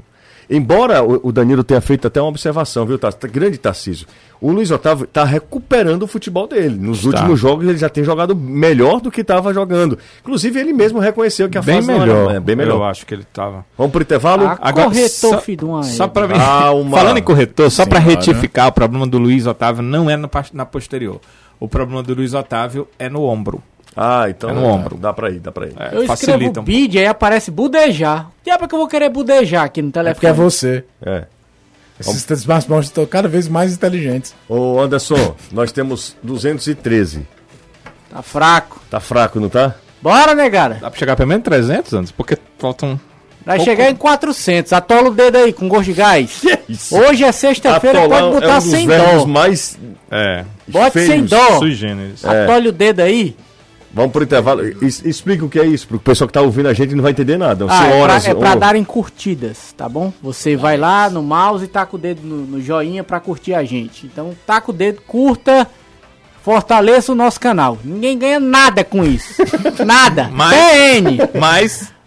Speaker 2: Embora o, o Danilo tenha feito até uma observação, viu, Tarcísio? Tá, Grande Tarcísio. O Luiz Otávio está recuperando o futebol dele. Nos últimos jogos ele já tem jogado melhor do que estava jogando. Inclusive ele mesmo reconheceu que a
Speaker 3: Bem
Speaker 2: fase não
Speaker 3: melhor,
Speaker 2: era, é, bem
Speaker 3: Eu
Speaker 2: melhor.
Speaker 3: acho que ele tava.
Speaker 2: Vamos pro intervalo?
Speaker 1: Ah, Corretor,
Speaker 3: só-
Speaker 1: filho de uma-
Speaker 3: Só pra mim.
Speaker 2: Calma.
Speaker 3: Falando em corretor, só pra
Speaker 5: Senhora.
Speaker 3: retificar, o problema do Luiz Otávio não é na, pas- na posterior. O problema do Luiz Otávio é no ombro.
Speaker 2: Ah, então
Speaker 3: É no ombro.
Speaker 2: dá pra ir, dá pra ir.
Speaker 3: É,
Speaker 1: Eu escrevo
Speaker 3: facilita um pouco.
Speaker 1: bid, aí aparece budejar. Que é que eu vou querer budejar aqui no
Speaker 5: É porque é
Speaker 1: telefone?
Speaker 5: você.
Speaker 2: É.
Speaker 5: Esses smartphones estão cada vez mais inteligentes.
Speaker 2: Ô Anderson, nós temos 213.
Speaker 1: Tá fraco.
Speaker 2: Tá fraco, não tá?
Speaker 1: Bora, né, negada.
Speaker 3: Dá pra chegar pelo menos 300 anos? Porque faltam.
Speaker 1: Vai
Speaker 3: Pouco.
Speaker 1: chegar em 400. Atola o dedo aí com gosto de gás.
Speaker 2: Isso.
Speaker 1: Hoje é sexta-feira, pode botar sem
Speaker 2: verbos
Speaker 1: dó.
Speaker 2: um mais
Speaker 3: É.
Speaker 1: Bota
Speaker 2: feios.
Speaker 1: sem dó.
Speaker 3: Sui generis.
Speaker 2: É.
Speaker 1: Atole o dedo aí.
Speaker 2: Vamos pro intervalo. Es- explica o que é isso, porque o pessoal que tá ouvindo a gente não vai entender nada. São
Speaker 1: Ah, é
Speaker 2: horas.
Speaker 1: pra, é pra
Speaker 2: ou-
Speaker 1: darem curtidas, tá bom? Você vai lá no mouse e taca o dedo no, no joinha pra curtir a gente. Então taca o dedo, curta, fortaleça o nosso canal. Ninguém ganha nada com isso. nada.
Speaker 3: Mas-
Speaker 1: PN.
Speaker 3: Mas.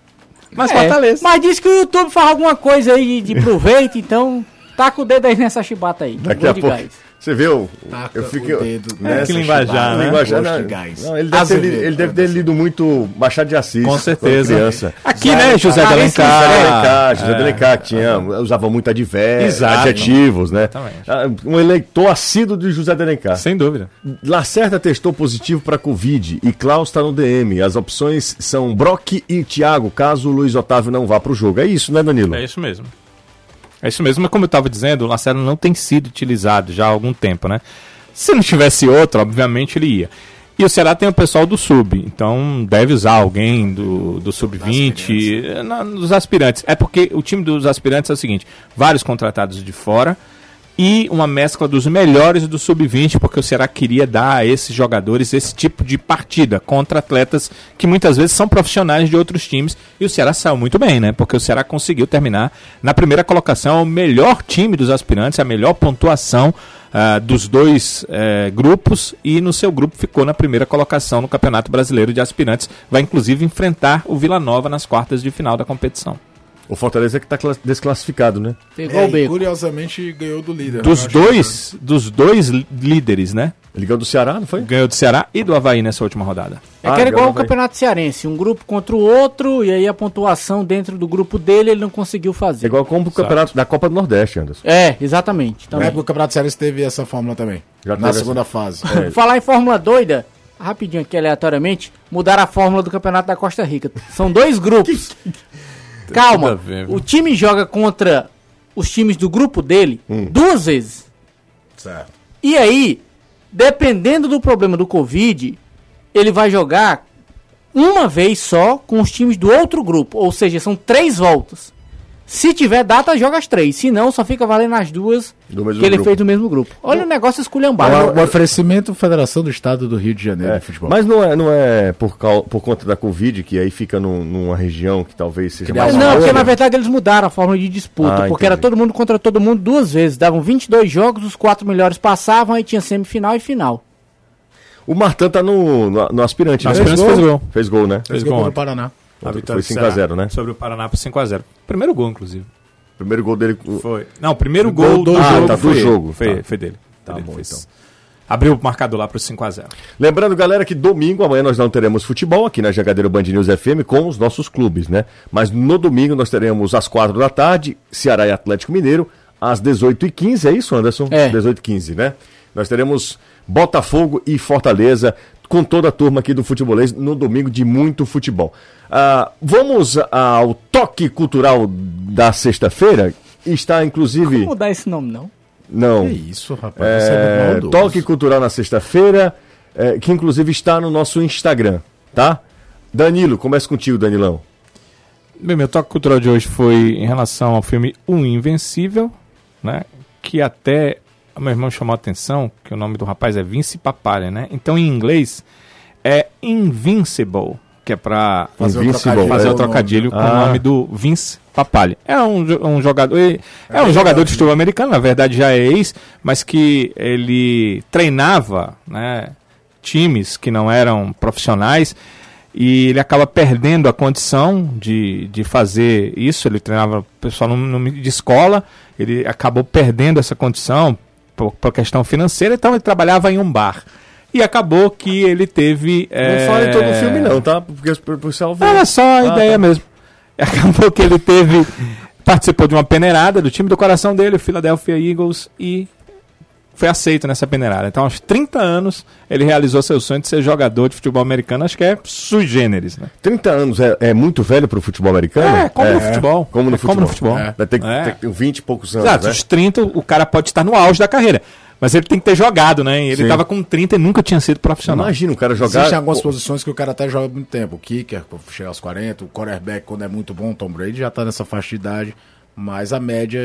Speaker 3: Mas
Speaker 1: É,
Speaker 3: fortalece.
Speaker 1: mas diz que o YouTube faz alguma coisa aí de proveito, então taca o dedo aí nessa chibata aí.
Speaker 2: Daqui
Speaker 1: Gol
Speaker 2: a
Speaker 1: de
Speaker 2: pouco.
Speaker 1: gás.
Speaker 2: Você viu?
Speaker 5: Taca
Speaker 2: Eu É, fiquei.
Speaker 5: o dedo
Speaker 2: nessa
Speaker 3: que linguajar,
Speaker 2: chibata.
Speaker 3: né?
Speaker 2: Linguajar,
Speaker 5: Gosto
Speaker 2: não.
Speaker 5: de gás.
Speaker 2: Não, ele, deve ter,
Speaker 5: Azevedo.
Speaker 2: lido- ele deve ter lido muito Machado de Assis.
Speaker 3: Com
Speaker 2: quando
Speaker 3: certeza.
Speaker 2: Criança.
Speaker 3: Aqui, né, José de
Speaker 2: José de
Speaker 3: Alencar.
Speaker 2: Alencar, José de Alencar, que tinha, usava muito adver,
Speaker 3: Exato.
Speaker 2: adjetivos, né?
Speaker 3: Exatamente.
Speaker 2: Ah, Um eleitor assíduo de José de Alencar.
Speaker 3: Sem dúvida.
Speaker 2: Lacerda testou positivo para Covid e Klaus está no DM. As opções são Brock e Thiago, caso o Luiz Otávio não vá para o jogo. É isso, né, Danilo?
Speaker 3: É isso mesmo. É isso mesmo, mas como eu estava dizendo, o Lacerda não tem sido utilizado já há algum tempo, né? Se não tivesse outro, obviamente ele ia. E o Ceará tem o pessoal do sub, então deve usar alguém do, do sub-20, eh, na- nos aspirantes. É porque o time dos aspirantes é o seguinte: vários contratados de fora e uma mescla dos melhores do sub-20, porque o Ceará queria dar a esses jogadores esse tipo de partida contra atletas que muitas vezes são profissionais de outros times. E o Ceará saiu muito bem, né? Porque o Ceará conseguiu terminar na primeira colocação, é o melhor time dos aspirantes, a melhor pontuação ah, dos dois eh, grupos e no seu grupo ficou na primeira colocação no Campeonato Brasileiro de Aspirantes. Vai inclusive enfrentar o Vila Nova nas quartas de final da competição.
Speaker 2: O Fortaleza é que está desclassificado, né?
Speaker 4: É,
Speaker 1: Pegou o
Speaker 5: e
Speaker 1: beco.
Speaker 5: curiosamente ganhou do líder.
Speaker 3: Dos
Speaker 5: Eu acho
Speaker 3: dois, dos dois li- líderes, né?
Speaker 2: Ele ganhou do Ceará, não foi?
Speaker 3: Ganhou do Ceará e do Havaí nessa última rodada.
Speaker 1: É
Speaker 2: Ah,
Speaker 1: que era igual o
Speaker 2: agora vai.
Speaker 1: Campeonato Cearense, um grupo contra o outro, e aí a pontuação dentro do grupo dele ele não conseguiu
Speaker 2: É
Speaker 1: fazer.
Speaker 2: igual como o campeonato da Copa do Nordeste, Anderson.
Speaker 1: É, exatamente.
Speaker 5: Na
Speaker 1: Também.
Speaker 5: época o Campeonato Séries teve essa fórmula também.
Speaker 2: Já
Speaker 5: na
Speaker 2: teve
Speaker 5: segunda fase.
Speaker 1: Por Falar em fórmula doida, rapidinho aqui aleatoriamente, mudaram a fórmula do Campeonato da Costa Rica. São dois grupos.
Speaker 3: Tudo a
Speaker 1: Calma,
Speaker 3: ver, viu?
Speaker 1: o time joga contra os times do grupo dele duas vezes.
Speaker 5: Certo.
Speaker 1: E aí, dependendo do problema do Covid, ele vai jogar uma vez só com os times do outro grupo. Ou seja, são três voltas. Se tiver data, joga as três. Se não, só fica valendo as duas
Speaker 2: Do mesmo
Speaker 1: que ele
Speaker 2: grupo.
Speaker 1: fez do mesmo grupo. Olha o negócio esculhambado.
Speaker 5: O, oferecimento Federação do Estado do Rio de Janeiro
Speaker 2: É,
Speaker 5: de Futebol.
Speaker 2: mas não é, não é por, cau- por conta da Covid, que aí fica num- numa região que talvez seja mais...
Speaker 1: não, porque
Speaker 2: maluca.
Speaker 1: na verdade eles mudaram a forma de disputa,
Speaker 2: É um Ah,
Speaker 1: porque era
Speaker 2: entendi.
Speaker 1: todo mundo contra todo mundo duas vezes. Davam 22 jogos, os quatro melhores passavam, aí tinha semifinal e final.
Speaker 2: O Martan tá no, no, no aspirante,
Speaker 3: Nas
Speaker 2: né?
Speaker 3: Aspirantes fez gol.
Speaker 2: Fez gol, né?
Speaker 3: Fez
Speaker 5: Jogou
Speaker 3: gol.
Speaker 5: no Paraná.
Speaker 3: A
Speaker 2: Foi
Speaker 3: vitória do
Speaker 2: 5 a 0,
Speaker 3: Ceará
Speaker 2: né?
Speaker 3: Sobre o Paraná por 5x0. Primeiro gol, inclusive.
Speaker 2: Primeiro gol dele...
Speaker 3: Foi. Não, o primeiro
Speaker 2: gol
Speaker 3: gol,
Speaker 2: do
Speaker 3: do
Speaker 2: jogo
Speaker 3: jogo.
Speaker 2: tá, do
Speaker 3: foi,
Speaker 2: jogo,
Speaker 3: Foi,
Speaker 2: tá.
Speaker 3: foi dele.
Speaker 2: Tá
Speaker 3: Foi dele,
Speaker 2: bom,
Speaker 3: fez.
Speaker 2: então.
Speaker 3: Abriu o marcador lá pro 5x0.
Speaker 2: Lembrando, galera, que domingo, amanhã nós não teremos futebol aqui na Jagadeiro Band News FM com os nossos clubes, né? Mas no domingo nós teremos às quatro da tarde, Ceará e Atlético Mineiro, às 18h15, é isso, Anderson?
Speaker 1: É.
Speaker 2: 18h15, né? Nós teremos Botafogo e Fortaleza com toda a turma aqui do Futebolês no domingo de muito futebol. Ah, vamos ao toque cultural da sexta-feira. Está, inclusive...
Speaker 1: Não mudar esse nome, não.
Speaker 2: Não.
Speaker 5: Que é isso, rapaz. isso muito
Speaker 2: É,
Speaker 5: maldoso.
Speaker 2: toque Cultural na sexta-feira, é, que inclusive está no nosso Instagram, tá? Danilo, começa contigo, Danilão.
Speaker 3: Bem, meu toque cultural Um de hoje foi em relação ao filme O Invencível, né? Que até meu irmão chamou a atenção que o nome do rapaz é Vince Papalha, né? Então em inglês é Invincible, que é pra
Speaker 2: Fazer o
Speaker 3: Invincible,
Speaker 2: trocadilho
Speaker 3: fazer
Speaker 2: com
Speaker 3: o
Speaker 2: o
Speaker 3: trocadilho com
Speaker 2: nome.
Speaker 3: o
Speaker 2: Ah.
Speaker 3: nome do Vince Papalha. É um, jo- um jogador, é, é um jogador de futebol americano, na verdade já é ex, mas que ele treinava, né, times que não eram profissionais e ele acaba perdendo a condição de, de fazer isso. Ele treinava pessoal no, no, de escola, ele acabou perdendo essa condição por, por questão financeira, então ele trabalhava em um bar. E acabou que ele teve.
Speaker 2: Não
Speaker 3: eh,
Speaker 2: fala em todo o filme, não, tá?
Speaker 3: é
Speaker 2: Porque o pessoal vê.
Speaker 3: era só a
Speaker 2: Ah,
Speaker 3: ideia
Speaker 2: tá.
Speaker 3: mesmo. Acabou que ele teve. Participou de uma peneirada do time do coração dele, o Philadelphia Eagles, e foi aceito nessa peneirada. Então, aos 30 anos, ele realizou seu sonho de ser jogador de futebol americano. Acho que é sui generis, né?
Speaker 2: 30 anos é, é muito velho pro futebol americano?
Speaker 3: É, como no futebol.
Speaker 2: Como no
Speaker 3: É,
Speaker 2: futebol.
Speaker 3: como no futebol.
Speaker 2: É. Vai ter que
Speaker 3: É.
Speaker 2: ter que ter 20 e poucos anos.
Speaker 3: Exato,
Speaker 2: né?
Speaker 3: os 30, o cara pode estar no auge da carreira. Mas ele tem que ter jogado, né? E ele
Speaker 2: Sim.
Speaker 3: tava com 30 e nunca tinha sido profissional.
Speaker 2: Imagina o cara jogar.
Speaker 4: Existem algumas posições que o cara até joga muito tempo. O kicker, pô, chega aos 40, o quarterback, quando é muito bom, o Tom Brady já tá nessa faixa de idade. Mas a média.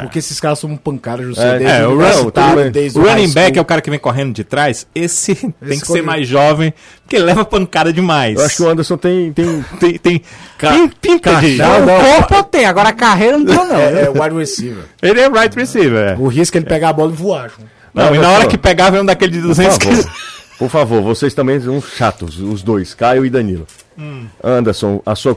Speaker 4: Porque esses caras são um pancada de
Speaker 2: É, é, o run- tudo bem.
Speaker 4: desde
Speaker 3: tá- O running back é o
Speaker 4: o
Speaker 3: cara que vem correndo de trás. Esse, tem que
Speaker 4: corre-
Speaker 3: ser mais jovem, porque ele leva pancada demais.
Speaker 2: Eu acho que o Anderson tem. tem...
Speaker 3: tem, tem
Speaker 2: Ca-
Speaker 3: tem pinta de um
Speaker 2: Não,
Speaker 1: o
Speaker 2: não.
Speaker 1: corpo eu tenho, agora a carreira eu não tenho, não.
Speaker 4: high school. É, é wide receiver.
Speaker 3: Ele é right receiver. é.
Speaker 4: O risco é ele pegar a bola e voar. João.
Speaker 3: Não,
Speaker 2: Não,
Speaker 3: e na hora
Speaker 2: não.
Speaker 3: que pegava é um daquele de 200
Speaker 2: Por
Speaker 3: quilos.
Speaker 2: favor. Por favor, vocês também são chatos, os dois, Caio e Danilo. Anderson, a sua,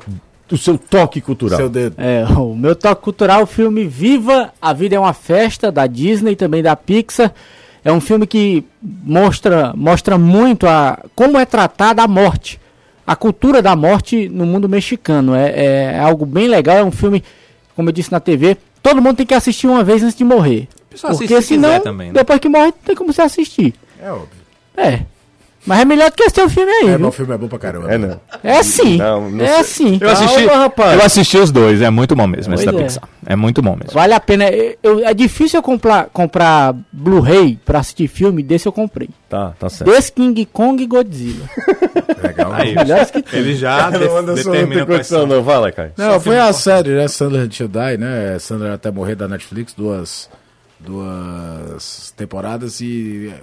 Speaker 2: o seu toque cultural.
Speaker 4: Seu dedo.
Speaker 1: É, o meu toque cultural, o filme Viva, a Vida é uma Festa, da Disney, também da Pixar. É um filme que mostra, mostra muito a, como é tratada a morte, a cultura da morte no mundo mexicano. É, é- é algo bem legal, é um filme, como eu disse na TV, todo mundo tem que assistir uma vez antes de morrer.
Speaker 3: pessoal assiste
Speaker 1: Porque
Speaker 3: se quiser
Speaker 1: senão,
Speaker 3: também, né?
Speaker 1: depois que morre, tem como você assistir.
Speaker 4: É óbvio.
Speaker 1: É. Mas é melhor do que esse o filme aí.
Speaker 4: É,
Speaker 1: viu?
Speaker 4: meu filme é bom pra caramba.
Speaker 2: É, não.
Speaker 1: É, sim.
Speaker 2: Não, não
Speaker 1: é sim.
Speaker 3: Eu assisti,
Speaker 2: Calma, rapaz.
Speaker 3: eu assisti os dois, é muito bom mesmo esse da
Speaker 1: Pois é.
Speaker 3: Pixar. É muito bom mesmo.
Speaker 1: Vale a pena. Eu- eu- é difícil eu comprar, comprar Blu-ray pra assistir filme, desse eu comprei.
Speaker 2: Tá, tá certo.
Speaker 1: Desse King Kong e Godzilla.
Speaker 3: É um
Speaker 4: Legal.
Speaker 1: Melhores que
Speaker 3: Ele já
Speaker 2: Não, Anderson não tem condição, não. Vai lá, Caio.
Speaker 4: Não, foi a série, né? Sandler Until Die, né? Sandler até morrer da Netflix, duas, duas temporadas e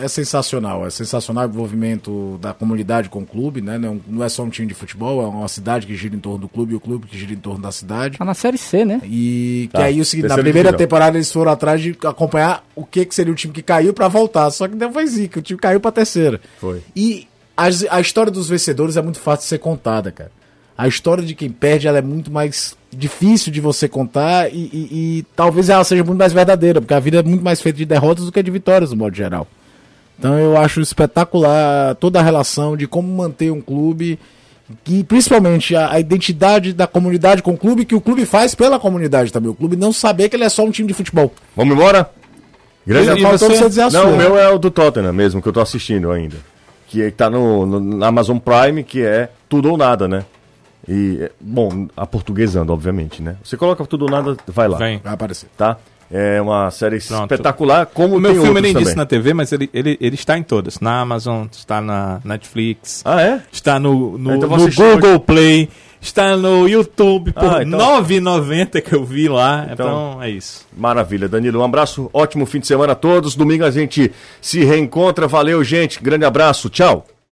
Speaker 4: é sensacional. É sensacional o envolvimento da comunidade com o clube, né? Não, não é só um time de futebol, é uma cidade que gira em torno do clube e o clube que gira em torno da cidade.
Speaker 1: Tá na série C, né?
Speaker 4: E
Speaker 2: Tá,
Speaker 4: que aí o seguinte, na
Speaker 2: terceiro
Speaker 4: primeira
Speaker 2: divisão.
Speaker 4: temporada eles foram atrás de acompanhar o que, que seria o time que caiu pra voltar. Só que depois zica, o time caiu pra terceira.
Speaker 2: Foi.
Speaker 4: E as- a história dos vencedores é muito fácil de ser contada, cara. A história de quem perde ela é muito mais difícil de você contar e, e- e talvez ela seja muito mais verdadeira, porque a vida é muito mais feita de derrotas do que de vitórias, no modo geral. Então eu acho espetacular toda a relação de como manter um clube e principalmente a, a identidade da comunidade com o clube, que o clube faz pela comunidade também. O clube não saber que ele é só um time de futebol.
Speaker 2: Vamos embora? Grande
Speaker 4: Só faltou você dizer a
Speaker 2: Não,
Speaker 4: sua.
Speaker 2: o meu é o do Tottenham mesmo, que eu tô assistindo ainda. Que tá no, no- na Amazon Prime, que é Tudo ou Nada, né? E, é, bom, a portuguesando, obviamente, né? Você coloca Tudo ou Nada, vai lá.
Speaker 3: Vem.
Speaker 4: Vai aparecer.
Speaker 2: Tá? É uma série
Speaker 3: Pronto.
Speaker 2: espetacular, como
Speaker 3: O meu
Speaker 2: tem
Speaker 3: filme
Speaker 2: outros
Speaker 3: nem
Speaker 2: também.
Speaker 3: disse na TV, mas ele, ele, ele está em todas. Na Amazon, está na Netflix,
Speaker 2: Ah, é?
Speaker 3: está no, no,
Speaker 2: Então
Speaker 3: no
Speaker 2: você assistiu
Speaker 3: Google Play, está no YouTube por
Speaker 2: Ah, então-
Speaker 3: 9,90 que eu vi lá.
Speaker 2: Então-
Speaker 3: então é isso.
Speaker 2: Maravilha, Danilo. Um abraço, ótimo fim de semana a todos. Domingo a gente se reencontra. Valeu, gente. Grande abraço, tchau.